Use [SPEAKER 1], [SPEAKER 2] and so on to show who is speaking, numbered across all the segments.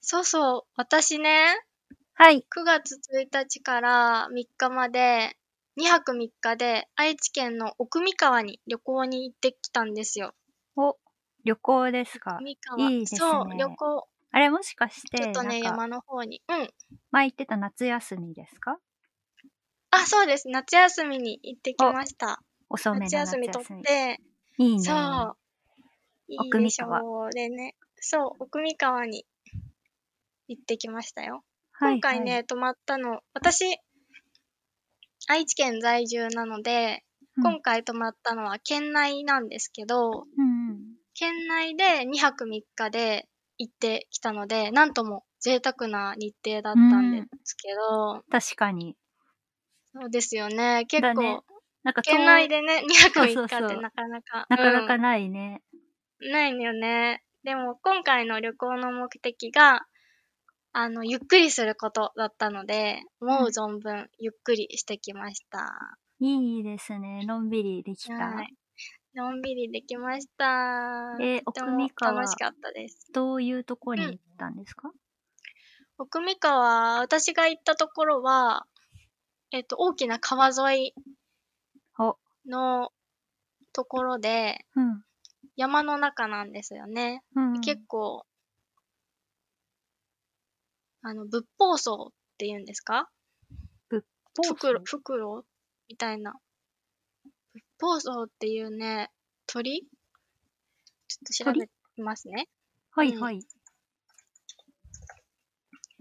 [SPEAKER 1] そうそう、私ね、
[SPEAKER 2] はい。
[SPEAKER 1] 9月1日から3日まで、2泊3日で愛知県の奥三河に旅行に行ってきたんですよ。
[SPEAKER 2] お、旅行です
[SPEAKER 1] 奥
[SPEAKER 2] か。
[SPEAKER 1] 三河。
[SPEAKER 2] いいです
[SPEAKER 1] そう、旅
[SPEAKER 2] ね。
[SPEAKER 1] 行。
[SPEAKER 2] あれもしかし、
[SPEAKER 1] ちょってと
[SPEAKER 2] なん
[SPEAKER 1] ね、
[SPEAKER 2] か、
[SPEAKER 1] 山の方に。うん。
[SPEAKER 2] 前言ってた夏休みですか
[SPEAKER 1] あ、そうです。夏休みに行ってき
[SPEAKER 2] お、
[SPEAKER 1] ました。
[SPEAKER 2] 遅め
[SPEAKER 1] 夏
[SPEAKER 2] の
[SPEAKER 1] 休み
[SPEAKER 2] 夏
[SPEAKER 1] 取っ
[SPEAKER 2] 休み。
[SPEAKER 1] て、
[SPEAKER 2] いい
[SPEAKER 1] そ
[SPEAKER 2] ね。
[SPEAKER 1] う、いい
[SPEAKER 2] 奥
[SPEAKER 1] で
[SPEAKER 2] 三
[SPEAKER 1] し
[SPEAKER 2] 河。
[SPEAKER 1] ょう。でね、そう、奥三河に行ってきましたよ。
[SPEAKER 2] は
[SPEAKER 1] 今
[SPEAKER 2] い
[SPEAKER 1] 回
[SPEAKER 2] はい。
[SPEAKER 1] ね、泊まったの、私、愛知県在住なので、
[SPEAKER 2] うん。
[SPEAKER 1] 今回泊まったのは県内なんですけど、
[SPEAKER 2] うんうん。
[SPEAKER 1] 県内で2泊3日で行ってきたので、なんとも贅沢な日程だ
[SPEAKER 2] う
[SPEAKER 1] ったんで
[SPEAKER 2] ん。
[SPEAKER 1] すけど、
[SPEAKER 2] 確かに。
[SPEAKER 1] そうですよね。結
[SPEAKER 2] だね。
[SPEAKER 1] 構、
[SPEAKER 2] なんか
[SPEAKER 1] 県内
[SPEAKER 2] 遠、
[SPEAKER 1] でね、2泊
[SPEAKER 2] そう
[SPEAKER 1] 3
[SPEAKER 2] そう
[SPEAKER 1] 日っ
[SPEAKER 2] そ
[SPEAKER 1] て
[SPEAKER 2] う。
[SPEAKER 1] なかなか、
[SPEAKER 2] なかな
[SPEAKER 1] う
[SPEAKER 2] かないね。
[SPEAKER 1] ん、ないんよね。でも、今回の旅行の目的が、あの、ゆっくりすることだったので、
[SPEAKER 2] う。
[SPEAKER 1] 思うん存分ゆっくりしてきました。
[SPEAKER 2] いいですね。のんびりでき
[SPEAKER 1] は
[SPEAKER 2] た。
[SPEAKER 1] い。のんびりできました。
[SPEAKER 2] えー、
[SPEAKER 1] とて
[SPEAKER 2] 奥
[SPEAKER 1] も
[SPEAKER 2] 三
[SPEAKER 1] 楽し
[SPEAKER 2] 河、
[SPEAKER 1] かったです。
[SPEAKER 2] どういうとこ
[SPEAKER 1] う
[SPEAKER 2] に
[SPEAKER 1] ん。
[SPEAKER 2] 行ったんですか
[SPEAKER 1] 奥三河、私が行ったところは、えっと、大きな川沿い
[SPEAKER 2] お、
[SPEAKER 1] のところで、
[SPEAKER 2] うん、
[SPEAKER 1] 山の中なんですよね。
[SPEAKER 2] う
[SPEAKER 1] で
[SPEAKER 2] ん。
[SPEAKER 1] 結構、あの、仏法僧っていうんですか
[SPEAKER 2] 仏
[SPEAKER 1] フ
[SPEAKER 2] 法
[SPEAKER 1] クロ、
[SPEAKER 2] 僧
[SPEAKER 1] フクロウみたいな。仏法僧っていうね、鳥ちょっと調
[SPEAKER 2] 鳥
[SPEAKER 1] べますね。
[SPEAKER 2] は
[SPEAKER 1] う
[SPEAKER 2] いは
[SPEAKER 1] ん。
[SPEAKER 2] い。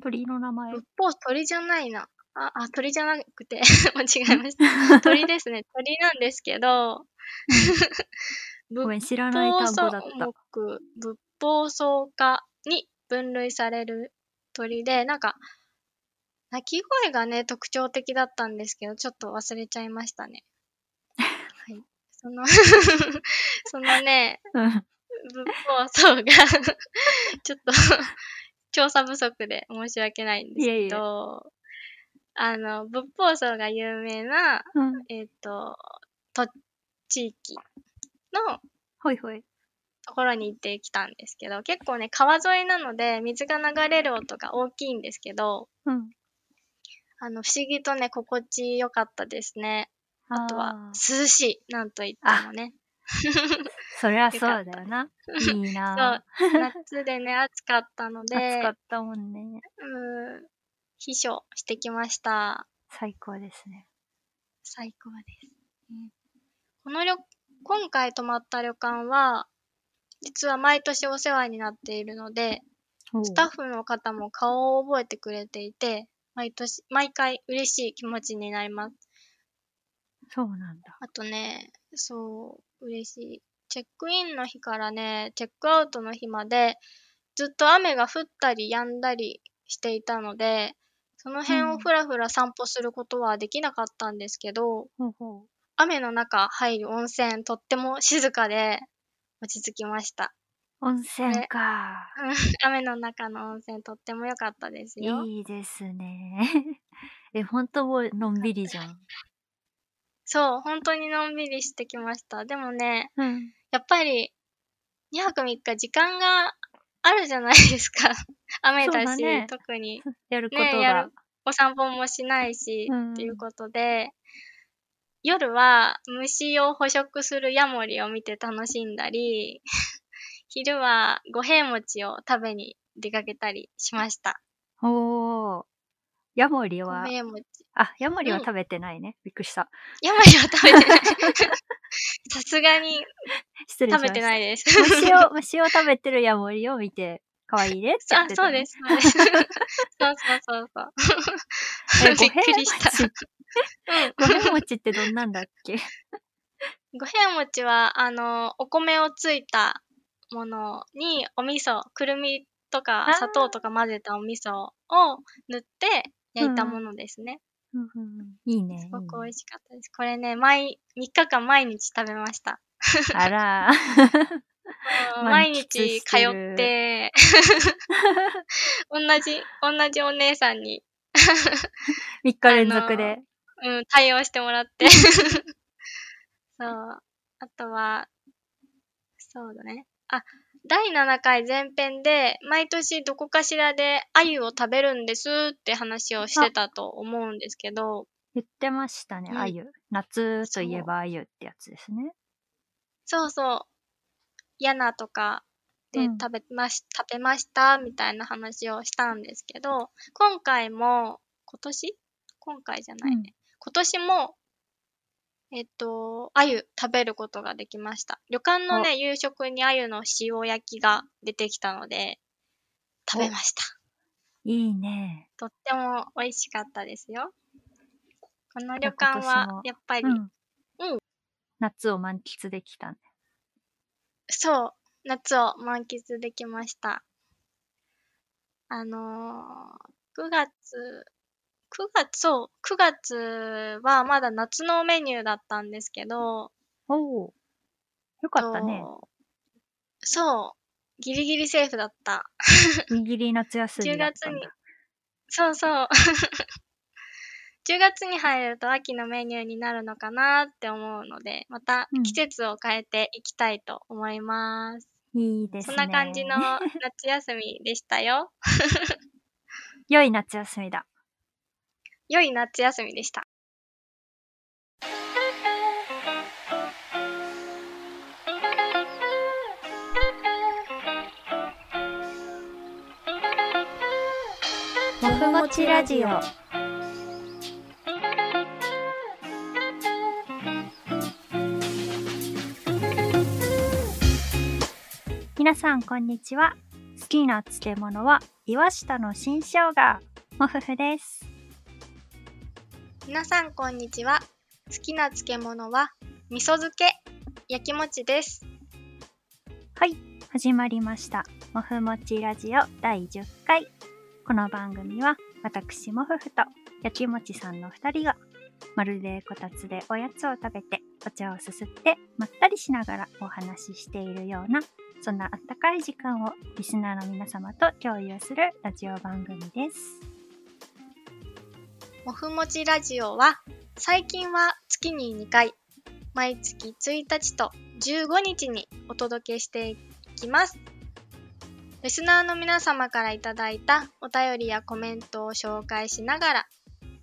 [SPEAKER 2] 鳥の名前。
[SPEAKER 1] 仏法鳥じゃないな。あ、あ、鳥じゃなくて 間違えました。 鳥ですね。鳥なんですけど、
[SPEAKER 2] うん。ご
[SPEAKER 1] 仏
[SPEAKER 2] めん、知らない
[SPEAKER 1] 法
[SPEAKER 2] 単語
[SPEAKER 1] 草
[SPEAKER 2] だった。
[SPEAKER 1] 目、仏法草科に分類される鳥で、なんか、鳴き声がね、特徴的だったんですけど、ちょっと忘れちゃいましたね。はい。その そのね、
[SPEAKER 2] うん。
[SPEAKER 1] 仏法草がちょっと調査不足で申し訳ないんで
[SPEAKER 2] い
[SPEAKER 1] す
[SPEAKER 2] え
[SPEAKER 1] け
[SPEAKER 2] いえ。
[SPEAKER 1] ど、あの、仏法僧が有名な、
[SPEAKER 2] うん。
[SPEAKER 1] えっ、と、と、地域の
[SPEAKER 2] ほいほい。
[SPEAKER 1] ところに行ってきたんですけど、結構ね、川沿いなので、水が流れる音が大きいんですけど、
[SPEAKER 2] うん。
[SPEAKER 1] あの、不思議とね、心地よかったですね。あとは、
[SPEAKER 2] あ
[SPEAKER 1] 涼しい、なんといっ
[SPEAKER 2] あ。
[SPEAKER 1] て
[SPEAKER 2] あ、
[SPEAKER 1] もね。
[SPEAKER 2] そりゃ
[SPEAKER 1] よか
[SPEAKER 2] そう
[SPEAKER 1] った
[SPEAKER 2] だよ
[SPEAKER 1] です。
[SPEAKER 2] な。いい
[SPEAKER 1] そ
[SPEAKER 2] な
[SPEAKER 1] う、夏でね、 暑かったの
[SPEAKER 2] ぁ。暑か
[SPEAKER 1] で、
[SPEAKER 2] ったもんね。
[SPEAKER 1] うーん、避暑してきました。
[SPEAKER 2] 最高ですね。
[SPEAKER 1] 最高です。うんこの旅、今回泊まった旅館は、実は毎年お世話になっているので、
[SPEAKER 2] お
[SPEAKER 1] スタッ
[SPEAKER 2] う。
[SPEAKER 1] フの方も顔を覚えてくれていて、毎年、毎回嬉しい気持ちになります。
[SPEAKER 2] そうなんだ。
[SPEAKER 1] あとね、そう、嬉しい。チェックインの日からね、チェックアウトの日まで、ずっと雨が降ったり止んだりしていたので、その
[SPEAKER 2] う
[SPEAKER 1] 辺を
[SPEAKER 2] ん。
[SPEAKER 1] ふらふら散歩することはできなかったんですけど、
[SPEAKER 2] ほうほう。
[SPEAKER 1] 雨の中入る温泉、とっても静かで落ち着きました。
[SPEAKER 2] 温
[SPEAKER 1] こ
[SPEAKER 2] 泉
[SPEAKER 1] れ、
[SPEAKER 2] か。
[SPEAKER 1] うん雨の中の温泉とっても良かったですよ。
[SPEAKER 2] いいですね。 え、ほんともうのんびりじゃん。
[SPEAKER 1] そう、本当にのんびりしてきました。でもね、
[SPEAKER 2] うん。
[SPEAKER 1] やっぱり2泊3日時間があるじゃないですか。 雨
[SPEAKER 2] そう
[SPEAKER 1] だ
[SPEAKER 2] だ
[SPEAKER 1] し、
[SPEAKER 2] ね。
[SPEAKER 1] 特に
[SPEAKER 2] やるこ
[SPEAKER 1] ね、
[SPEAKER 2] と
[SPEAKER 1] や
[SPEAKER 2] が。。
[SPEAKER 1] る、お散歩もしないうし、っていうんことで、夜は虫を捕食するヤモリを見て楽しんだり、 昼は五平餅を食べに出かけたりしました。
[SPEAKER 2] おー。ヤモリ
[SPEAKER 1] 五
[SPEAKER 2] は、
[SPEAKER 1] 平餅。
[SPEAKER 2] あ、ヤモリ
[SPEAKER 1] う
[SPEAKER 2] は
[SPEAKER 1] ん。
[SPEAKER 2] 食べてないね。びっくりした。
[SPEAKER 1] ヤモリは食べてない。 さすがに
[SPEAKER 2] 失礼
[SPEAKER 1] 食べ
[SPEAKER 2] しま
[SPEAKER 1] て
[SPEAKER 2] し
[SPEAKER 1] な
[SPEAKER 2] た。
[SPEAKER 1] いです。
[SPEAKER 2] 虫を、虫を食べてるヤモリを見て、可愛いねって
[SPEAKER 1] そ
[SPEAKER 2] 言っ
[SPEAKER 1] あ、
[SPEAKER 2] て
[SPEAKER 1] そ
[SPEAKER 2] た
[SPEAKER 1] う
[SPEAKER 2] ね。
[SPEAKER 1] です、そうです。 そうそうそうそう。
[SPEAKER 2] え、五
[SPEAKER 1] びっ
[SPEAKER 2] 平
[SPEAKER 1] くりした。
[SPEAKER 2] 餅、
[SPEAKER 1] うん。
[SPEAKER 2] 五平餅ってどんなんだっけ
[SPEAKER 1] 五平餅 は、あの、お米をついたものに、お味噌、くるみとか
[SPEAKER 2] あ
[SPEAKER 1] 砂糖と
[SPEAKER 2] ー、
[SPEAKER 1] か混ぜたお味噌を塗って
[SPEAKER 2] う
[SPEAKER 1] 焼いた
[SPEAKER 2] ん、う
[SPEAKER 1] も
[SPEAKER 2] ん、
[SPEAKER 1] のですね。
[SPEAKER 2] うん、うん。いいね、
[SPEAKER 1] す
[SPEAKER 2] い
[SPEAKER 1] ご
[SPEAKER 2] い
[SPEAKER 1] く美
[SPEAKER 2] ね。
[SPEAKER 1] 味しかったです。これね、毎、3日間毎日食べました。
[SPEAKER 2] あらー、
[SPEAKER 1] うん
[SPEAKER 2] 満
[SPEAKER 1] 毎
[SPEAKER 2] 喫
[SPEAKER 1] 日
[SPEAKER 2] し
[SPEAKER 1] 通
[SPEAKER 2] て
[SPEAKER 1] っ
[SPEAKER 2] る。
[SPEAKER 1] て、 同じ、同じお姉さんに
[SPEAKER 2] 3日
[SPEAKER 1] あ
[SPEAKER 2] 連続
[SPEAKER 1] の、
[SPEAKER 2] で。
[SPEAKER 1] うん、対応してもらってそう。あとは、そうだね。あ、第7回前編で、毎年どこかしらで鮎を食べるんですって話をしてたと思うんですけど、
[SPEAKER 2] 言ってましたね、
[SPEAKER 1] うん
[SPEAKER 2] あゆ。夏といえばあゆってやつですね。
[SPEAKER 1] そうそう、嫌なとかで
[SPEAKER 2] うん
[SPEAKER 1] 食べまし、食べましたみたいな話をしたんですけど、今回も、今年今回じゃないね。今年も、えっと、鮎食べることができました。旅館のね、夕食に鮎の塩焼きが出てきたので、食べました。
[SPEAKER 2] うんいいね。
[SPEAKER 1] とっても美味しかったですよ。この旅
[SPEAKER 2] 今
[SPEAKER 1] 館
[SPEAKER 2] 年
[SPEAKER 1] は
[SPEAKER 2] も、
[SPEAKER 1] やっぱり、
[SPEAKER 2] うん。
[SPEAKER 1] うん
[SPEAKER 2] 夏を満喫できたね。
[SPEAKER 1] そう、夏を満喫できました。あのー、9月、9月、そう、9月はまだ夏のメニューだったんですけど、
[SPEAKER 2] おお。よかったね。
[SPEAKER 1] とそう、ギリギリセーフだった。
[SPEAKER 2] ギリギリ夏休みだ ったんだ。
[SPEAKER 1] そうそう。10月に入ると秋のメニューになるのかなって思うので、また
[SPEAKER 2] うん
[SPEAKER 1] 季節を変えていきたいと思います。
[SPEAKER 2] いいです
[SPEAKER 1] そ
[SPEAKER 2] ね。
[SPEAKER 1] んな感じ の夏休みでしたよ。
[SPEAKER 2] 良い夏休みだ。
[SPEAKER 1] 良い夏休みでした。
[SPEAKER 2] もふもちラジオ。皆さんこんにちは。好きな漬物は岩下の新生姜。もふふです。
[SPEAKER 1] 皆さんこんにちは。好きな漬物は味噌漬け、焼きもちです。
[SPEAKER 2] はい、始まりました。もふもちラジオ第10回。この番組は私もふふとやきもちさんの2人がまるでこたつでおやつを食べてお茶をすすってまったりしながらお話ししているようなそんなあったかい時間をリスナーの皆様と共有するラジオ番組です。
[SPEAKER 1] もふもちラジオは最近は月に2回毎月1日と15日にお届けしていきますリスナーの皆様からいただいたお便りやコメントを紹介しながら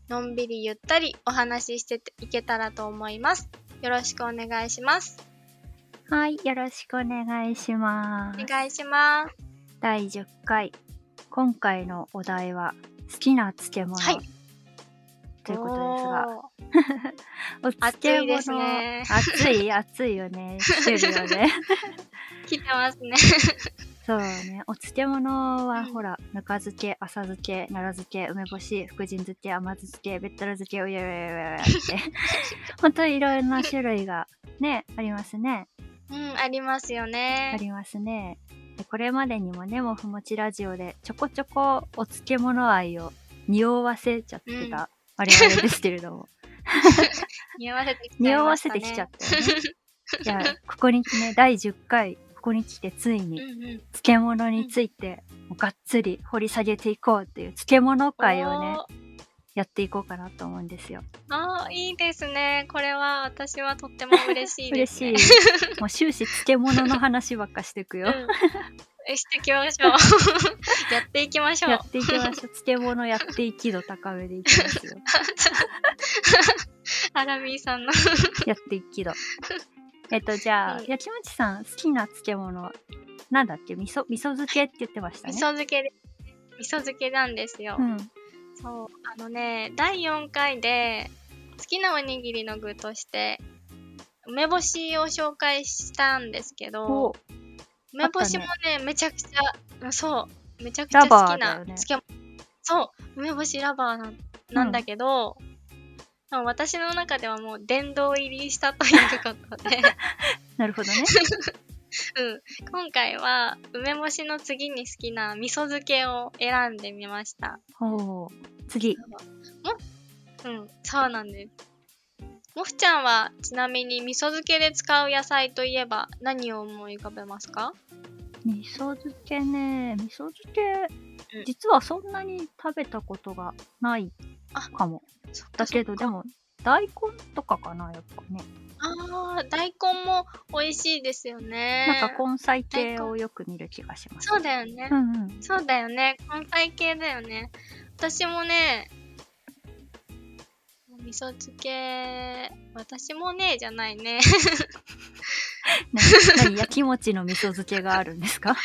[SPEAKER 1] のんびりゆったりお話ししていけたらと思いますよろしくお願いします
[SPEAKER 2] はい、よろしくお願いします。
[SPEAKER 1] お願いします
[SPEAKER 2] 第10回今回のお題は好きな漬物、
[SPEAKER 1] はい
[SPEAKER 2] ということですが
[SPEAKER 1] おー
[SPEAKER 2] お
[SPEAKER 1] 暑いです
[SPEAKER 2] 漬物
[SPEAKER 1] ね
[SPEAKER 2] 暑い、暑いよ ね。してるよね。
[SPEAKER 1] 来てますね
[SPEAKER 2] そうね。お漬物は、
[SPEAKER 1] うん
[SPEAKER 2] ほら、ぬか漬け、浅漬け、奈良漬け、梅干し、福神漬け、甘酢漬け、べったら漬け、うやうやうやうや って。本当にいろんな種類がね、ありますね。
[SPEAKER 1] うんありますよ
[SPEAKER 2] あ
[SPEAKER 1] ね
[SPEAKER 2] りますね。でこれまでにもね、もふもちラジオでちょこちょこお漬物愛を匂わせちゃってた我々ですけれども。
[SPEAKER 1] 匂わせてきちゃい
[SPEAKER 2] 匂わ
[SPEAKER 1] まし
[SPEAKER 2] せ
[SPEAKER 1] たね
[SPEAKER 2] てきちゃったよ ね。じゃあ、ここにね、第10回、ここに来てついに
[SPEAKER 1] うんうん
[SPEAKER 2] 漬物についてもうがっつり掘り下げていこうという漬物会をね
[SPEAKER 1] おー
[SPEAKER 2] やっていこうかなと思うんですよ。
[SPEAKER 1] ああ、いいですね。これは私はとっても嬉しいで
[SPEAKER 2] 嬉
[SPEAKER 1] す、
[SPEAKER 2] しい
[SPEAKER 1] ね。。
[SPEAKER 2] もう終始漬物の話ばっかしていくよ。
[SPEAKER 1] うん。していきましょう。やっていきましょう
[SPEAKER 2] や。っていきましょう。漬物やっていき度高めでいきます よ。
[SPEAKER 1] アラミーさんの。
[SPEAKER 2] やっていき度。えっと、じゃ
[SPEAKER 1] う
[SPEAKER 2] あ、
[SPEAKER 1] ん
[SPEAKER 2] やきもちさん、好きな漬物、なんだっけ味噌、味噌漬けって言ってました
[SPEAKER 1] 味
[SPEAKER 2] ね。
[SPEAKER 1] 噌漬けで、味噌漬けなんですよ。
[SPEAKER 2] うん。
[SPEAKER 1] そう。あのね、第4回で、好きなおにぎりの具として、梅干しを紹介したんですけど、
[SPEAKER 2] お
[SPEAKER 1] 梅干しもねめちゃくちゃそうめちゃくちゃ
[SPEAKER 2] ラ
[SPEAKER 1] 好
[SPEAKER 2] バー
[SPEAKER 1] き
[SPEAKER 2] だ
[SPEAKER 1] な
[SPEAKER 2] よね
[SPEAKER 1] 漬物、そう梅干しラバーなんなんだけど、でも私の中ではもう殿堂入りしたということ で、
[SPEAKER 2] なるほ どね。
[SPEAKER 1] うん、今回は梅干しの次に好きな味噌漬けを選んでみました
[SPEAKER 2] おー次。
[SPEAKER 1] うんそうなんですもふちゃんはちなみに味噌漬けで使う野菜といえば何を思い浮かべますか
[SPEAKER 2] 味噌漬けね味噌漬け
[SPEAKER 1] うん
[SPEAKER 2] 実はそんなに食べたことがない
[SPEAKER 1] あ
[SPEAKER 2] かもだけどでも大根とかかなやっぱね、
[SPEAKER 1] あー、大根も美味しいですよね。
[SPEAKER 2] なんか根菜系をよく見る気がします
[SPEAKER 1] そうだよね
[SPEAKER 2] う。んうん
[SPEAKER 1] そうだよね。根菜系だよね。私もね、味噌漬け、私もね、じゃないね。
[SPEAKER 2] な何やきもちの味噌漬けがある んですか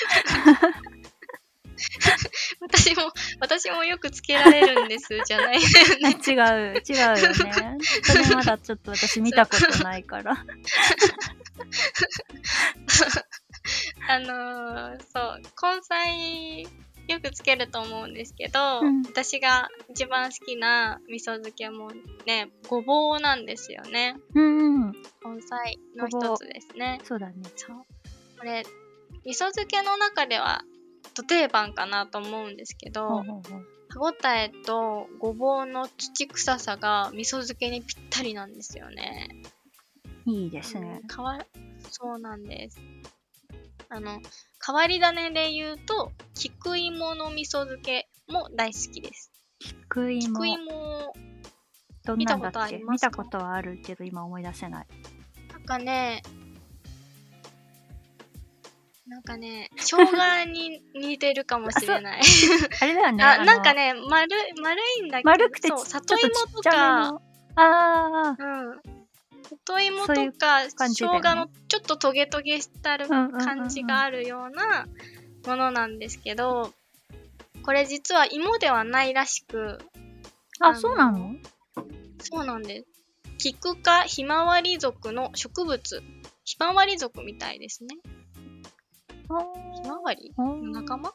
[SPEAKER 1] 私も、私もよくつけられるん です、じゃない。
[SPEAKER 2] 違う違うよねそれまだちょっと私見たことないから
[SPEAKER 1] あのーそう、根菜、よくつけると思うんですけど、
[SPEAKER 2] うん
[SPEAKER 1] 私が一番好きな味噌漬けもね、ごぼうなんですよね。
[SPEAKER 2] うんうん
[SPEAKER 1] 根菜の
[SPEAKER 2] ごぼう
[SPEAKER 1] 一つですね。
[SPEAKER 2] そうだね
[SPEAKER 1] そう。これ、味噌漬けの中では、と定番かなと思うんですけ
[SPEAKER 2] ほう
[SPEAKER 1] ど、
[SPEAKER 2] ほうほう
[SPEAKER 1] 歯ごたえとごぼうの土臭さが味噌漬けにぴったりなんですよね。
[SPEAKER 2] いいですね
[SPEAKER 1] うん変わそうなんですあの変わり種で言うと菊芋の味噌漬けも大好きです
[SPEAKER 2] 菊芋
[SPEAKER 1] 菊芋
[SPEAKER 2] どんなんだ
[SPEAKER 1] 見たこ
[SPEAKER 2] っけ
[SPEAKER 1] とあり
[SPEAKER 2] 見
[SPEAKER 1] ますか
[SPEAKER 2] たことはあるけど今思い出せない
[SPEAKER 1] なんかねなんかね生姜に似てるかもしれない
[SPEAKER 2] あれだよね
[SPEAKER 1] あ
[SPEAKER 2] あの
[SPEAKER 1] なんかね丸丸いんだけど
[SPEAKER 2] 丸くてち
[SPEAKER 1] そう
[SPEAKER 2] ちょっ
[SPEAKER 1] 里
[SPEAKER 2] とちっ
[SPEAKER 1] 芋と
[SPEAKER 2] ちゃめ
[SPEAKER 1] か
[SPEAKER 2] のああ
[SPEAKER 1] うん里芋
[SPEAKER 2] そうい
[SPEAKER 1] とか
[SPEAKER 2] う感
[SPEAKER 1] 生
[SPEAKER 2] じだよね
[SPEAKER 1] 姜のちょっとトゲトゲしたる
[SPEAKER 2] うんうんうんうん
[SPEAKER 1] 感じがあるようなものなんですけど、これ実は芋ではないらしく、あ
[SPEAKER 2] あ
[SPEAKER 1] の
[SPEAKER 2] そうなの
[SPEAKER 1] そうなんです。キク科ひまわり属の植物。ひまわり属みたいですね。ひまわり
[SPEAKER 2] お
[SPEAKER 1] の仲間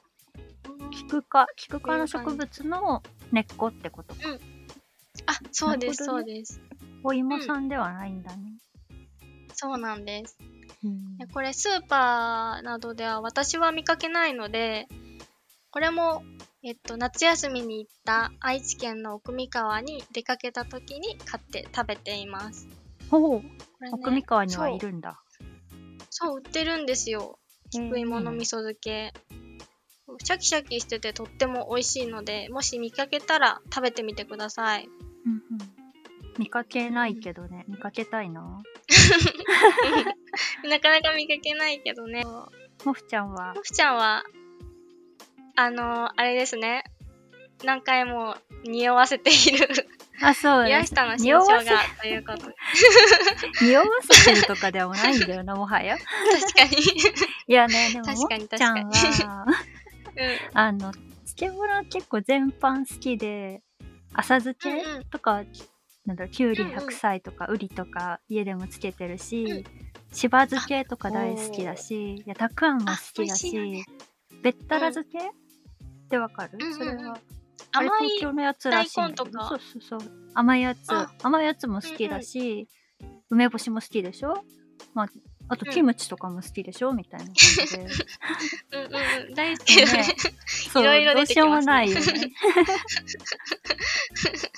[SPEAKER 2] キク科キク科の植物の根っこってこと
[SPEAKER 1] あ、そうです、
[SPEAKER 2] なる
[SPEAKER 1] そ
[SPEAKER 2] ほ
[SPEAKER 1] う
[SPEAKER 2] ど
[SPEAKER 1] です。
[SPEAKER 2] お芋さんではないんだね、
[SPEAKER 1] そうなんです。
[SPEAKER 2] うん
[SPEAKER 1] でこれスーパーなどでは私は見かけないので、これも、えっと、夏休みに行った愛知県の奥三河に出かけた時に買って食べています。
[SPEAKER 2] ほう
[SPEAKER 1] これね
[SPEAKER 2] 奥三河にはいるんだ
[SPEAKER 1] そう、売ってるんですよ。
[SPEAKER 2] 食
[SPEAKER 1] 食い物味噌漬け。シャキシャキしててとっても美味しいので、もし見かけたら食べてみてください。
[SPEAKER 2] 見かけないけどね見かけたいな
[SPEAKER 1] なかなか見かけないけどね。も
[SPEAKER 2] モフちゃん は
[SPEAKER 1] ふちゃんは、あのーあれですね。何回も匂わせている、
[SPEAKER 2] あそう
[SPEAKER 1] 宮
[SPEAKER 2] ね
[SPEAKER 1] 下の新
[SPEAKER 2] 匂
[SPEAKER 1] 生
[SPEAKER 2] わ
[SPEAKER 1] 姜
[SPEAKER 2] せ
[SPEAKER 1] ということで。
[SPEAKER 2] 匂わせてるとかでもないんだよなもはや
[SPEAKER 1] 確かに。
[SPEAKER 2] いやねでも
[SPEAKER 1] 確
[SPEAKER 2] モ
[SPEAKER 1] かに
[SPEAKER 2] フちゃん
[SPEAKER 1] う
[SPEAKER 2] はあの漬物は結構全般好きで浅漬け、
[SPEAKER 1] ん。うんうん。
[SPEAKER 2] とか、なんだろう、きゅうり、
[SPEAKER 1] うんうん
[SPEAKER 2] 白菜とか、うりとか、家でもつけて
[SPEAKER 1] う
[SPEAKER 2] る
[SPEAKER 1] ん
[SPEAKER 2] し、しば漬けとか大好きだし、いや、たくあんも好きだ
[SPEAKER 1] あ美味しいよ
[SPEAKER 2] し、べったら漬けってわかる
[SPEAKER 1] うんうんうん
[SPEAKER 2] それは。あれ
[SPEAKER 1] 甘
[SPEAKER 2] 東
[SPEAKER 1] い。
[SPEAKER 2] 京のやつらしいん
[SPEAKER 1] 大
[SPEAKER 2] だけ
[SPEAKER 1] 根と
[SPEAKER 2] ど。
[SPEAKER 1] か
[SPEAKER 2] そうそうそう。甘いやつ
[SPEAKER 1] あ。
[SPEAKER 2] 甘いやつも好きだし、梅干しも好きでしょまあ、あと
[SPEAKER 1] うん
[SPEAKER 2] キムチとかも好きでしょみたいな感じで。
[SPEAKER 1] うんうんうん。大好きだね。
[SPEAKER 2] そう
[SPEAKER 1] いろいろ
[SPEAKER 2] ど
[SPEAKER 1] 出
[SPEAKER 2] う
[SPEAKER 1] て
[SPEAKER 2] し
[SPEAKER 1] き
[SPEAKER 2] よう
[SPEAKER 1] ま
[SPEAKER 2] も
[SPEAKER 1] すね
[SPEAKER 2] ない よね。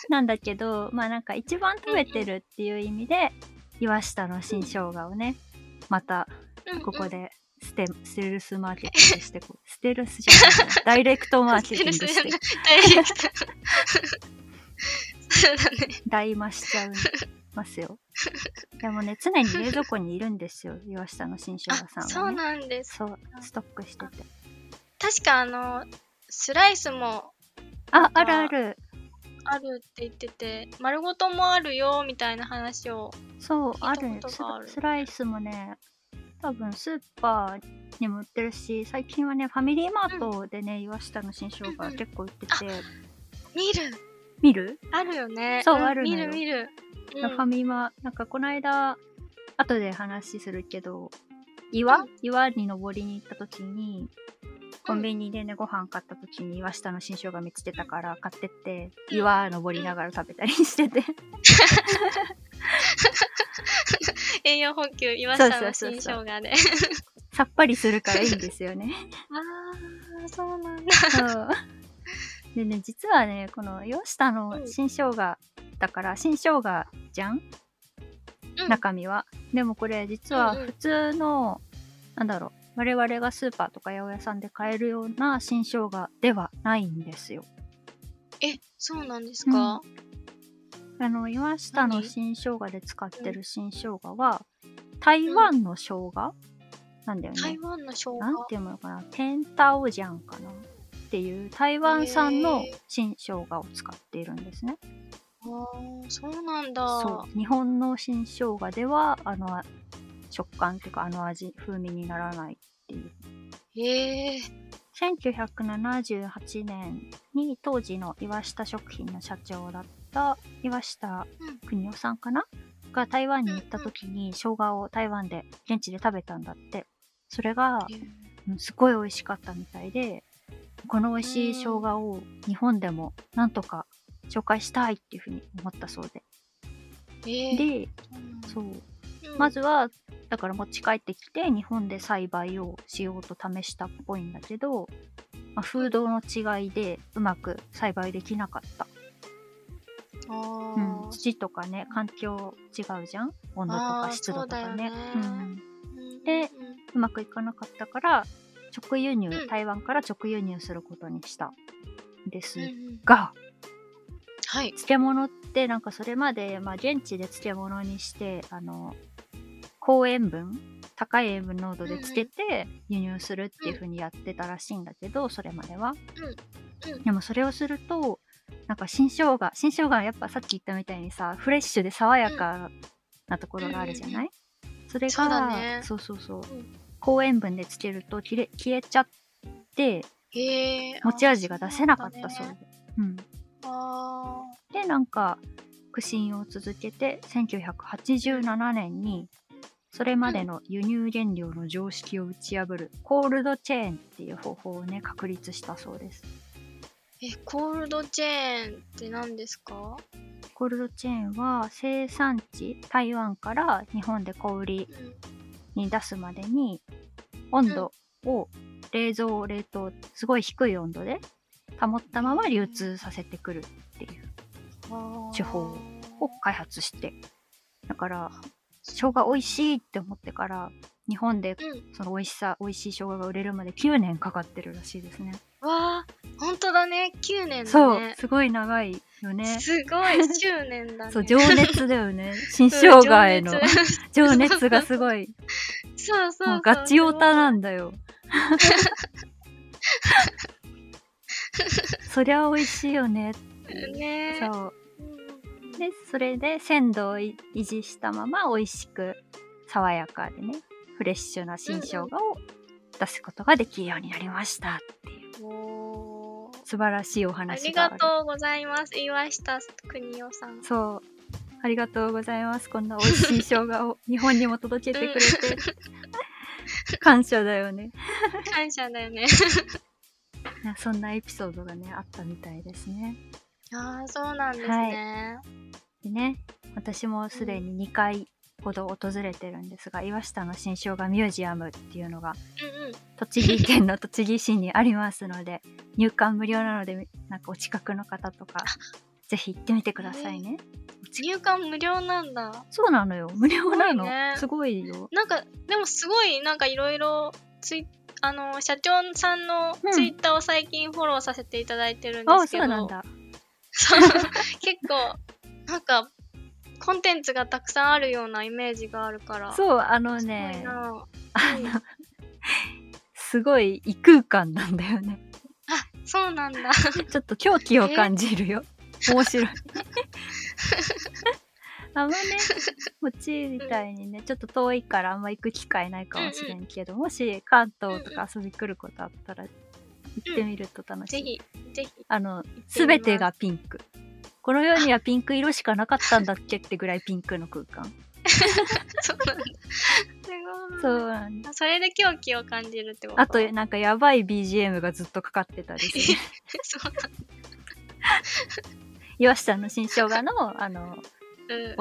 [SPEAKER 2] なんだけど、まあなんか一番食べてるっていう意味で、岩下の新生姜をね、また
[SPEAKER 1] うんうん
[SPEAKER 2] ここでステ、ステルスマーケティングしてこう、ステルスじ ゃない、ダイレクトマーケティング
[SPEAKER 1] ス
[SPEAKER 2] し
[SPEAKER 1] テ
[SPEAKER 2] て
[SPEAKER 1] ル、大好きだ。そうだね。
[SPEAKER 2] 大増しちゃいますよ。でもね、常に冷蔵庫にいるんですよ、岩下の新生姜
[SPEAKER 1] あ、
[SPEAKER 2] さん
[SPEAKER 1] そ
[SPEAKER 2] は、
[SPEAKER 1] う
[SPEAKER 2] ね。
[SPEAKER 1] なんです。
[SPEAKER 2] そう、ストックしてて。
[SPEAKER 1] 確かあのスライスも
[SPEAKER 2] あ、あるある。
[SPEAKER 1] あるって言ってて丸ごともあるよみたいな話を
[SPEAKER 2] そう、ある
[SPEAKER 1] 聞いたことがある
[SPEAKER 2] ススライスもね、多分スーパーにも売ってるし、最近はね、ファミリーマートでね、岩下の新生姜結構売ってて、
[SPEAKER 1] 見る
[SPEAKER 2] 見る、
[SPEAKER 1] あるよね
[SPEAKER 2] そうんあるの
[SPEAKER 1] 見
[SPEAKER 2] よ
[SPEAKER 1] る見る、うん
[SPEAKER 2] ファミマ、なんかこの間、後で話するけど、岩、
[SPEAKER 1] うん
[SPEAKER 2] 岩に登りに行った時に、コンビニでね、ご飯買った時に岩下の新生姜見つけたから買ってって、
[SPEAKER 1] うん
[SPEAKER 2] 岩登りながら食べたりしてて。
[SPEAKER 1] 栄養補給岩下の
[SPEAKER 2] そうそう
[SPEAKER 1] 新
[SPEAKER 2] そ
[SPEAKER 1] 生
[SPEAKER 2] うそう
[SPEAKER 1] 姜で
[SPEAKER 2] さっぱりするからいいんですよね。
[SPEAKER 1] あーそうなんだ
[SPEAKER 2] そうでね実はねこの吉下の新生姜だから新生姜じゃん、
[SPEAKER 1] うん
[SPEAKER 2] 中身はでもこれ実は
[SPEAKER 1] うんうん
[SPEAKER 2] 普通の、なんだろう我々がスーパーとか八百屋さんで買えるような新生姜ではないんですよ
[SPEAKER 1] えそうなんですか、
[SPEAKER 2] あの岩下の
[SPEAKER 1] 何
[SPEAKER 2] 新生姜で使ってる新生姜は台湾の生姜なんだよ
[SPEAKER 1] 台
[SPEAKER 2] ね。
[SPEAKER 1] 湾の生姜
[SPEAKER 2] なんて読むのかな天タオジャンかなっていう台湾産の
[SPEAKER 1] へ
[SPEAKER 2] 新生姜を使っているんですね。
[SPEAKER 1] あーそうなんだ
[SPEAKER 2] そう日本の新生姜ではあの食感っていうかあの味風味にならないっていう
[SPEAKER 1] へえ
[SPEAKER 2] 1978年に当時の岩下食品の社長だった岩下邦夫さんかな、が台湾に行った時に生姜を台湾で現地で食べたんだってそれがうんすごい美味しかったみたいでこの美味しい生姜を日本でもなんとか紹介したいっていうふうに思ったそうで
[SPEAKER 1] へえ
[SPEAKER 2] で
[SPEAKER 1] そうなんだ
[SPEAKER 2] そう
[SPEAKER 1] うん
[SPEAKER 2] まずはだから持ち帰ってきて日本で栽培をしようと試したっぽいんだけど、まあ、風土の違いでうまく栽培できなかった、
[SPEAKER 1] あ
[SPEAKER 2] う
[SPEAKER 1] ー
[SPEAKER 2] ん、土とかね環境違うじゃん温度
[SPEAKER 1] あ
[SPEAKER 2] とか
[SPEAKER 1] ー
[SPEAKER 2] 湿度とかね
[SPEAKER 1] そううだよね
[SPEAKER 2] ん、
[SPEAKER 1] うん
[SPEAKER 2] で
[SPEAKER 1] うん
[SPEAKER 2] うまくいかなかったから直輸入、
[SPEAKER 1] うん
[SPEAKER 2] 台湾から直輸入することにしたんです
[SPEAKER 1] うんうん
[SPEAKER 2] が、
[SPEAKER 1] はい
[SPEAKER 2] 漬物ってなんかそれまで、まあ、現地で漬物にしてあの高塩分高い塩分濃度で漬けて輸入するっていう風にやってたらしいんだけど、それまでは、
[SPEAKER 1] うんうん
[SPEAKER 2] でもそれをするとなんか新生姜新生姜はやっぱさっき言ったみたいにさフレッシュで爽やかなところがあるじゃない、それが
[SPEAKER 1] そうだね
[SPEAKER 2] そうそうそう
[SPEAKER 1] うん
[SPEAKER 2] 高塩分で漬けると切れ消えちゃって
[SPEAKER 1] へえ
[SPEAKER 2] 持ち味が出せなかったそ
[SPEAKER 1] そうな
[SPEAKER 2] うで
[SPEAKER 1] んだね
[SPEAKER 2] うん、
[SPEAKER 1] あ
[SPEAKER 2] でなんか苦心を続けて1987年にそれまでの輸入原料の常識を打ち破るコールドチェーンっていう方法をね確立したそうです
[SPEAKER 1] ーえコールドチェーンって何ですか
[SPEAKER 2] コールドチェーンは生産地台湾から日本で小売り
[SPEAKER 1] うん
[SPEAKER 2] に出すまでに温度を冷蔵冷凍すごい低い温度で保ったまま流通させてくるっていう
[SPEAKER 1] あー
[SPEAKER 2] 地方を開発してだから生姜美味しいって思ってから日本で
[SPEAKER 1] うん
[SPEAKER 2] その美味しさ美味しい生姜が売れるまで9年かかってるらしいですね
[SPEAKER 1] わあ本当だね9年
[SPEAKER 2] そ
[SPEAKER 1] だ
[SPEAKER 2] う
[SPEAKER 1] ね
[SPEAKER 2] すごい長いよね
[SPEAKER 1] すごい執念だね
[SPEAKER 2] そう情熱だ よね新生姜への
[SPEAKER 1] うん情
[SPEAKER 2] 情熱がすごい
[SPEAKER 1] 熱そうそうそ
[SPEAKER 2] も
[SPEAKER 1] うう
[SPEAKER 2] ガチオタな
[SPEAKER 1] だ
[SPEAKER 2] んだよ そりゃ美味しいよね
[SPEAKER 1] ね
[SPEAKER 2] そう
[SPEAKER 1] うん
[SPEAKER 2] でそれで鮮度をい維持したまま美味しく爽やかでねフレッシュな新生姜を出すことができるようになりましたっていう
[SPEAKER 1] おー
[SPEAKER 2] 素晴らしいお
[SPEAKER 1] あ
[SPEAKER 2] 話
[SPEAKER 1] り
[SPEAKER 2] があ
[SPEAKER 1] が
[SPEAKER 2] る
[SPEAKER 1] とうございます岩下邦夫さん
[SPEAKER 2] そうありがとうございますこんな美味しい生姜を日本にも届けてくれて 感謝だよね
[SPEAKER 1] 感謝だよ ね
[SPEAKER 2] いやそんなエピソードがねあったみたいですね
[SPEAKER 1] ああそうなんですね、
[SPEAKER 2] でね私もすでに2回ほど訪れてるんですが岩下の新生姜ミュージアムっていうのが
[SPEAKER 1] うんうん
[SPEAKER 2] 栃木県の栃木市にありますので 入館無料なのでなんかお近くの方とかぜひ行ってみてくださいね、
[SPEAKER 1] 入館無料なんだ
[SPEAKER 2] そうなのよ無料なの
[SPEAKER 1] すごいね
[SPEAKER 2] すごいよ
[SPEAKER 1] なんかでもすごいなんかいろいろツイあの社長さんの
[SPEAKER 2] うん
[SPEAKER 1] ツイッターを最近フォローさせていただいてるんで
[SPEAKER 2] あ
[SPEAKER 1] すけど、
[SPEAKER 2] そうなんだ
[SPEAKER 1] そう結構なんかコンテンツがたくさんあるようなイメージがあるから
[SPEAKER 2] そうあの
[SPEAKER 1] すごい
[SPEAKER 2] ね
[SPEAKER 1] な
[SPEAKER 2] あのすごい異空間なんだ よね
[SPEAKER 1] そうなんだ
[SPEAKER 2] ちょっと狂気を感じるよ面 白いあんまねうちみたいにねちょっと遠いからあんま行く機会ないかもしれんけど、もし関東とか遊び来ることあったら行ってみると楽しい、
[SPEAKER 1] ぜひぜひ
[SPEAKER 2] あの、
[SPEAKER 1] って
[SPEAKER 2] す
[SPEAKER 1] みます
[SPEAKER 2] べてがピンク。この世にはピンク色しかなかったんだっけってぐらいピンクの空間。
[SPEAKER 1] そうなんだすごい
[SPEAKER 2] そうなんです。
[SPEAKER 1] それで狂気を感じるってこと
[SPEAKER 2] あ と、なんかやばい BGM がずっとかかって たりする。
[SPEAKER 1] そう
[SPEAKER 2] 岩下の新生姜の、あの、
[SPEAKER 1] うん
[SPEAKER 2] う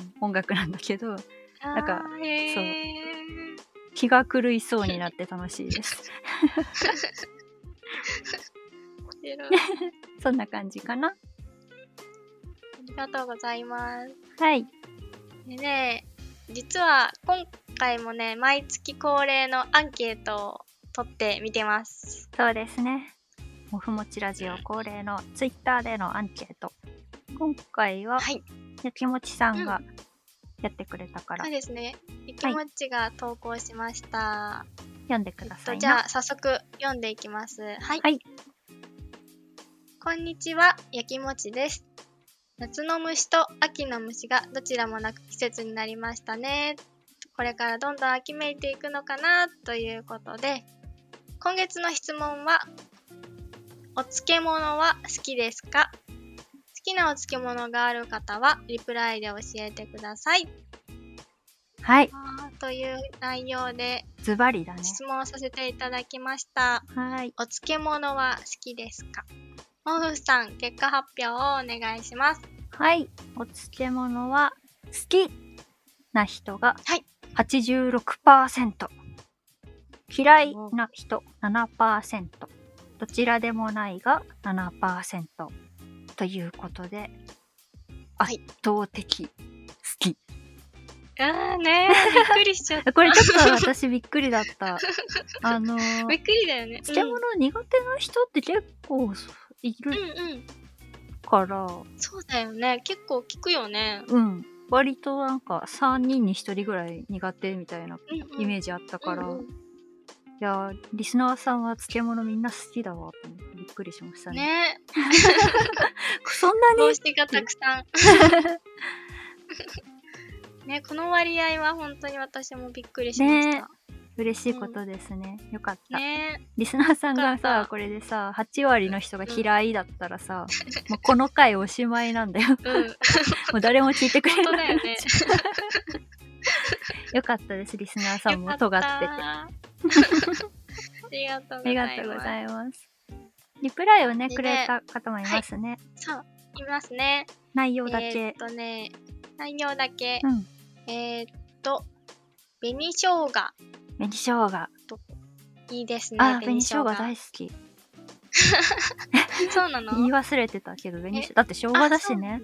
[SPEAKER 2] ん、音楽なんだけど、なんか
[SPEAKER 1] あーへ
[SPEAKER 2] そう
[SPEAKER 1] ー
[SPEAKER 2] 気が狂いそうになって楽しいです。
[SPEAKER 1] 面白い
[SPEAKER 2] そんな感じかな。
[SPEAKER 1] ありがとうございます
[SPEAKER 2] はい。
[SPEAKER 1] でね実は今回もね毎月恒例のアンケートを取ってみてます
[SPEAKER 2] そうですね。もふもちラジオ恒例の Twitter でのアンケート。今回は
[SPEAKER 1] はい
[SPEAKER 2] やきもちさんがやってくれたから、
[SPEAKER 1] そうですね。いきもちが投稿しました。
[SPEAKER 2] 読んでく
[SPEAKER 1] えっ
[SPEAKER 2] ださ
[SPEAKER 1] と、
[SPEAKER 2] い
[SPEAKER 1] じゃ
[SPEAKER 2] な。
[SPEAKER 1] あ早速読んでいきます。はい。
[SPEAKER 2] はい
[SPEAKER 1] こんにちは、やきもちです。夏の虫と秋の虫がどちらもなく季節になりましたね。これからどんどん秋めいていくのかなということで、今月の質問は、お漬物は好きですか好きなお漬物がある方はリプライで教えてください。
[SPEAKER 2] はい、
[SPEAKER 1] あーという内容で
[SPEAKER 2] ズバリだね。
[SPEAKER 1] 質問をさせていただきました。
[SPEAKER 2] はい。
[SPEAKER 1] お漬物は好きですかモフさん、結果発表をお願いします。
[SPEAKER 2] はい。お漬物は好きな人が
[SPEAKER 1] はい
[SPEAKER 2] 86%、嫌いな人7%、どちらでもないが7%ということで、
[SPEAKER 1] は
[SPEAKER 2] 圧
[SPEAKER 1] い
[SPEAKER 2] 倒的好き。
[SPEAKER 1] あーねー、 びっくりしちゃ った。
[SPEAKER 2] これちょっと 私びっくりだった。あのー
[SPEAKER 1] びっくりだよね。
[SPEAKER 2] 漬物苦手な人って結構い
[SPEAKER 1] うん、
[SPEAKER 2] る
[SPEAKER 1] うんうん。
[SPEAKER 2] から、
[SPEAKER 1] そうだよね。結構聞くよね。
[SPEAKER 2] うん、割となんか3人に1人ぐらい苦手みたいな
[SPEAKER 1] うんうん、
[SPEAKER 2] イ
[SPEAKER 1] ージ
[SPEAKER 2] メージあったから、
[SPEAKER 1] うんう
[SPEAKER 2] いやーリスナーさんは漬物みんな好きだわと思ってびっくりしました
[SPEAKER 1] ん、
[SPEAKER 2] ね
[SPEAKER 1] ね
[SPEAKER 2] そんな
[SPEAKER 1] 帽
[SPEAKER 2] に
[SPEAKER 1] 子がたく さん。ね、この割合は本当に私もびっくりしました。
[SPEAKER 2] 嬉しいことですね、よかった、
[SPEAKER 1] ね
[SPEAKER 2] リスナーさんが
[SPEAKER 1] よかっ
[SPEAKER 2] さ
[SPEAKER 1] た
[SPEAKER 2] これでさ8割の人が嫌いだったらさ、もうこの回おしまいなん だよ
[SPEAKER 1] うん。
[SPEAKER 2] もう誰も聞いてくれ
[SPEAKER 1] 本
[SPEAKER 2] な
[SPEAKER 1] 当
[SPEAKER 2] い
[SPEAKER 1] だよね。
[SPEAKER 2] よかったですリスナーさんも
[SPEAKER 1] よか
[SPEAKER 2] 尖
[SPEAKER 1] っ
[SPEAKER 2] ったてて
[SPEAKER 1] ありがとう
[SPEAKER 2] あ
[SPEAKER 1] ご
[SPEAKER 2] りが
[SPEAKER 1] ざい
[SPEAKER 2] とうご
[SPEAKER 1] ます。
[SPEAKER 2] ざいます。リプライを
[SPEAKER 1] で
[SPEAKER 2] ね、
[SPEAKER 1] ね
[SPEAKER 2] くれた方もいますね。
[SPEAKER 1] そう、いますね。
[SPEAKER 2] 内容だ
[SPEAKER 1] えー
[SPEAKER 2] け
[SPEAKER 1] っ。とね、内容だけ
[SPEAKER 2] う、ん。
[SPEAKER 1] えーっと、紅生姜、
[SPEAKER 2] 紅生姜。あ
[SPEAKER 1] いいですね。
[SPEAKER 2] ー、紅生姜大好き。
[SPEAKER 1] そうなの
[SPEAKER 2] 言い忘れてたけど、紅生
[SPEAKER 1] え
[SPEAKER 2] 姜。だって生姜だしね。。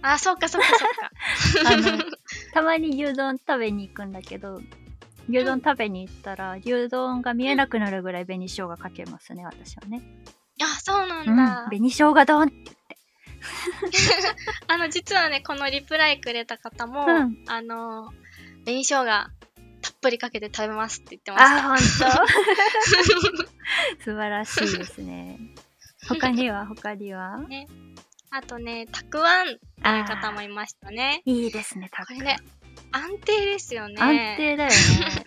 [SPEAKER 1] あそうなんだ、あそうか、そうか、そうか。
[SPEAKER 2] あの、たまに牛丼食べに行くんだけど、牛丼食べに行ったら、牛丼が見えなくなるぐらい紅生姜かけますね、私はね。
[SPEAKER 1] あ、そうな
[SPEAKER 2] うんん。
[SPEAKER 1] だ。
[SPEAKER 2] 紅生姜丼
[SPEAKER 1] あの、実はね、このリプライくれた方も、
[SPEAKER 2] うん
[SPEAKER 1] あの、紅生姜たっぷりかけて食べますって言ってました。
[SPEAKER 2] あー、ほんと。 素晴らしいですね。他には、他には。
[SPEAKER 1] あとね、たくあんという方も
[SPEAKER 2] ー
[SPEAKER 1] いましたね。
[SPEAKER 2] いいですね、た
[SPEAKER 1] こ
[SPEAKER 2] く
[SPEAKER 1] れね、安定ですよね。
[SPEAKER 2] 安定 だよね。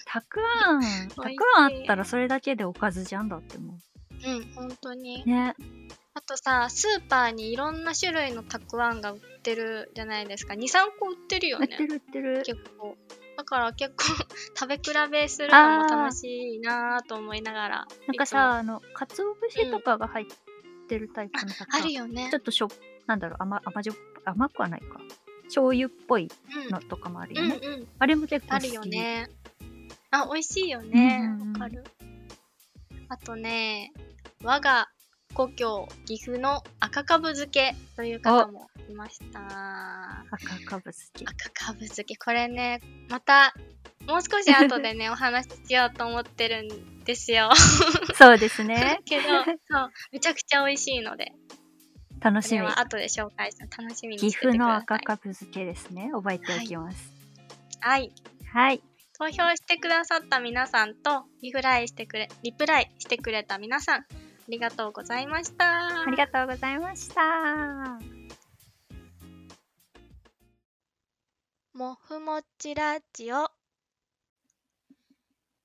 [SPEAKER 2] たくあん、たくあんあったらそれだけでおかずじゃんだっても
[SPEAKER 1] うん、本当に
[SPEAKER 2] う。。ね。
[SPEAKER 1] あとさ、スーパーにいろんな種類のたくあんが売ってるじゃないですか。2、3個売ってるよ
[SPEAKER 2] 売っ
[SPEAKER 1] ね。
[SPEAKER 2] てる売ってる。
[SPEAKER 1] 結構。だから結構 食べ比べするのも楽しいなぁと思いながら。
[SPEAKER 2] なんかさ、あの、かつお節とかが入ってるタイプのた
[SPEAKER 1] いつも、あ
[SPEAKER 2] ん
[SPEAKER 1] るよね
[SPEAKER 2] ちょ。っとしょ、なんだろう、甘、甘じょっ、甘くはないか。醤油っぽい
[SPEAKER 1] うん
[SPEAKER 2] のとかもある
[SPEAKER 1] う
[SPEAKER 2] よ
[SPEAKER 1] ん
[SPEAKER 2] ね。
[SPEAKER 1] うん。
[SPEAKER 2] あれも結構
[SPEAKER 1] あ
[SPEAKER 2] 好き。
[SPEAKER 1] るよね。あ、美味しいよね。
[SPEAKER 2] うんうんうん
[SPEAKER 1] わかる。あとね、我が故郷、岐阜の赤かぶ漬けという方もいました。
[SPEAKER 2] 赤かぶ好き。
[SPEAKER 1] 赤かぶ漬けこれねまたもう少し後でね お話ししようと思ってるんですよ
[SPEAKER 2] そうですね。
[SPEAKER 1] けどそうめちゃくちゃ美味しいので
[SPEAKER 2] 楽
[SPEAKER 1] こ
[SPEAKER 2] し
[SPEAKER 1] れ
[SPEAKER 2] み。
[SPEAKER 1] は後で紹介する楽しみにして
[SPEAKER 2] 岐
[SPEAKER 1] てください
[SPEAKER 2] 阜の赤かぶ漬けですね。覚えておきます。
[SPEAKER 1] はい
[SPEAKER 2] はい。
[SPEAKER 1] 投票してくださった皆さんとリプライしてくれリプライしてくれた皆さんありがとうございました
[SPEAKER 2] ありがとうございました。
[SPEAKER 1] もふもちラジオ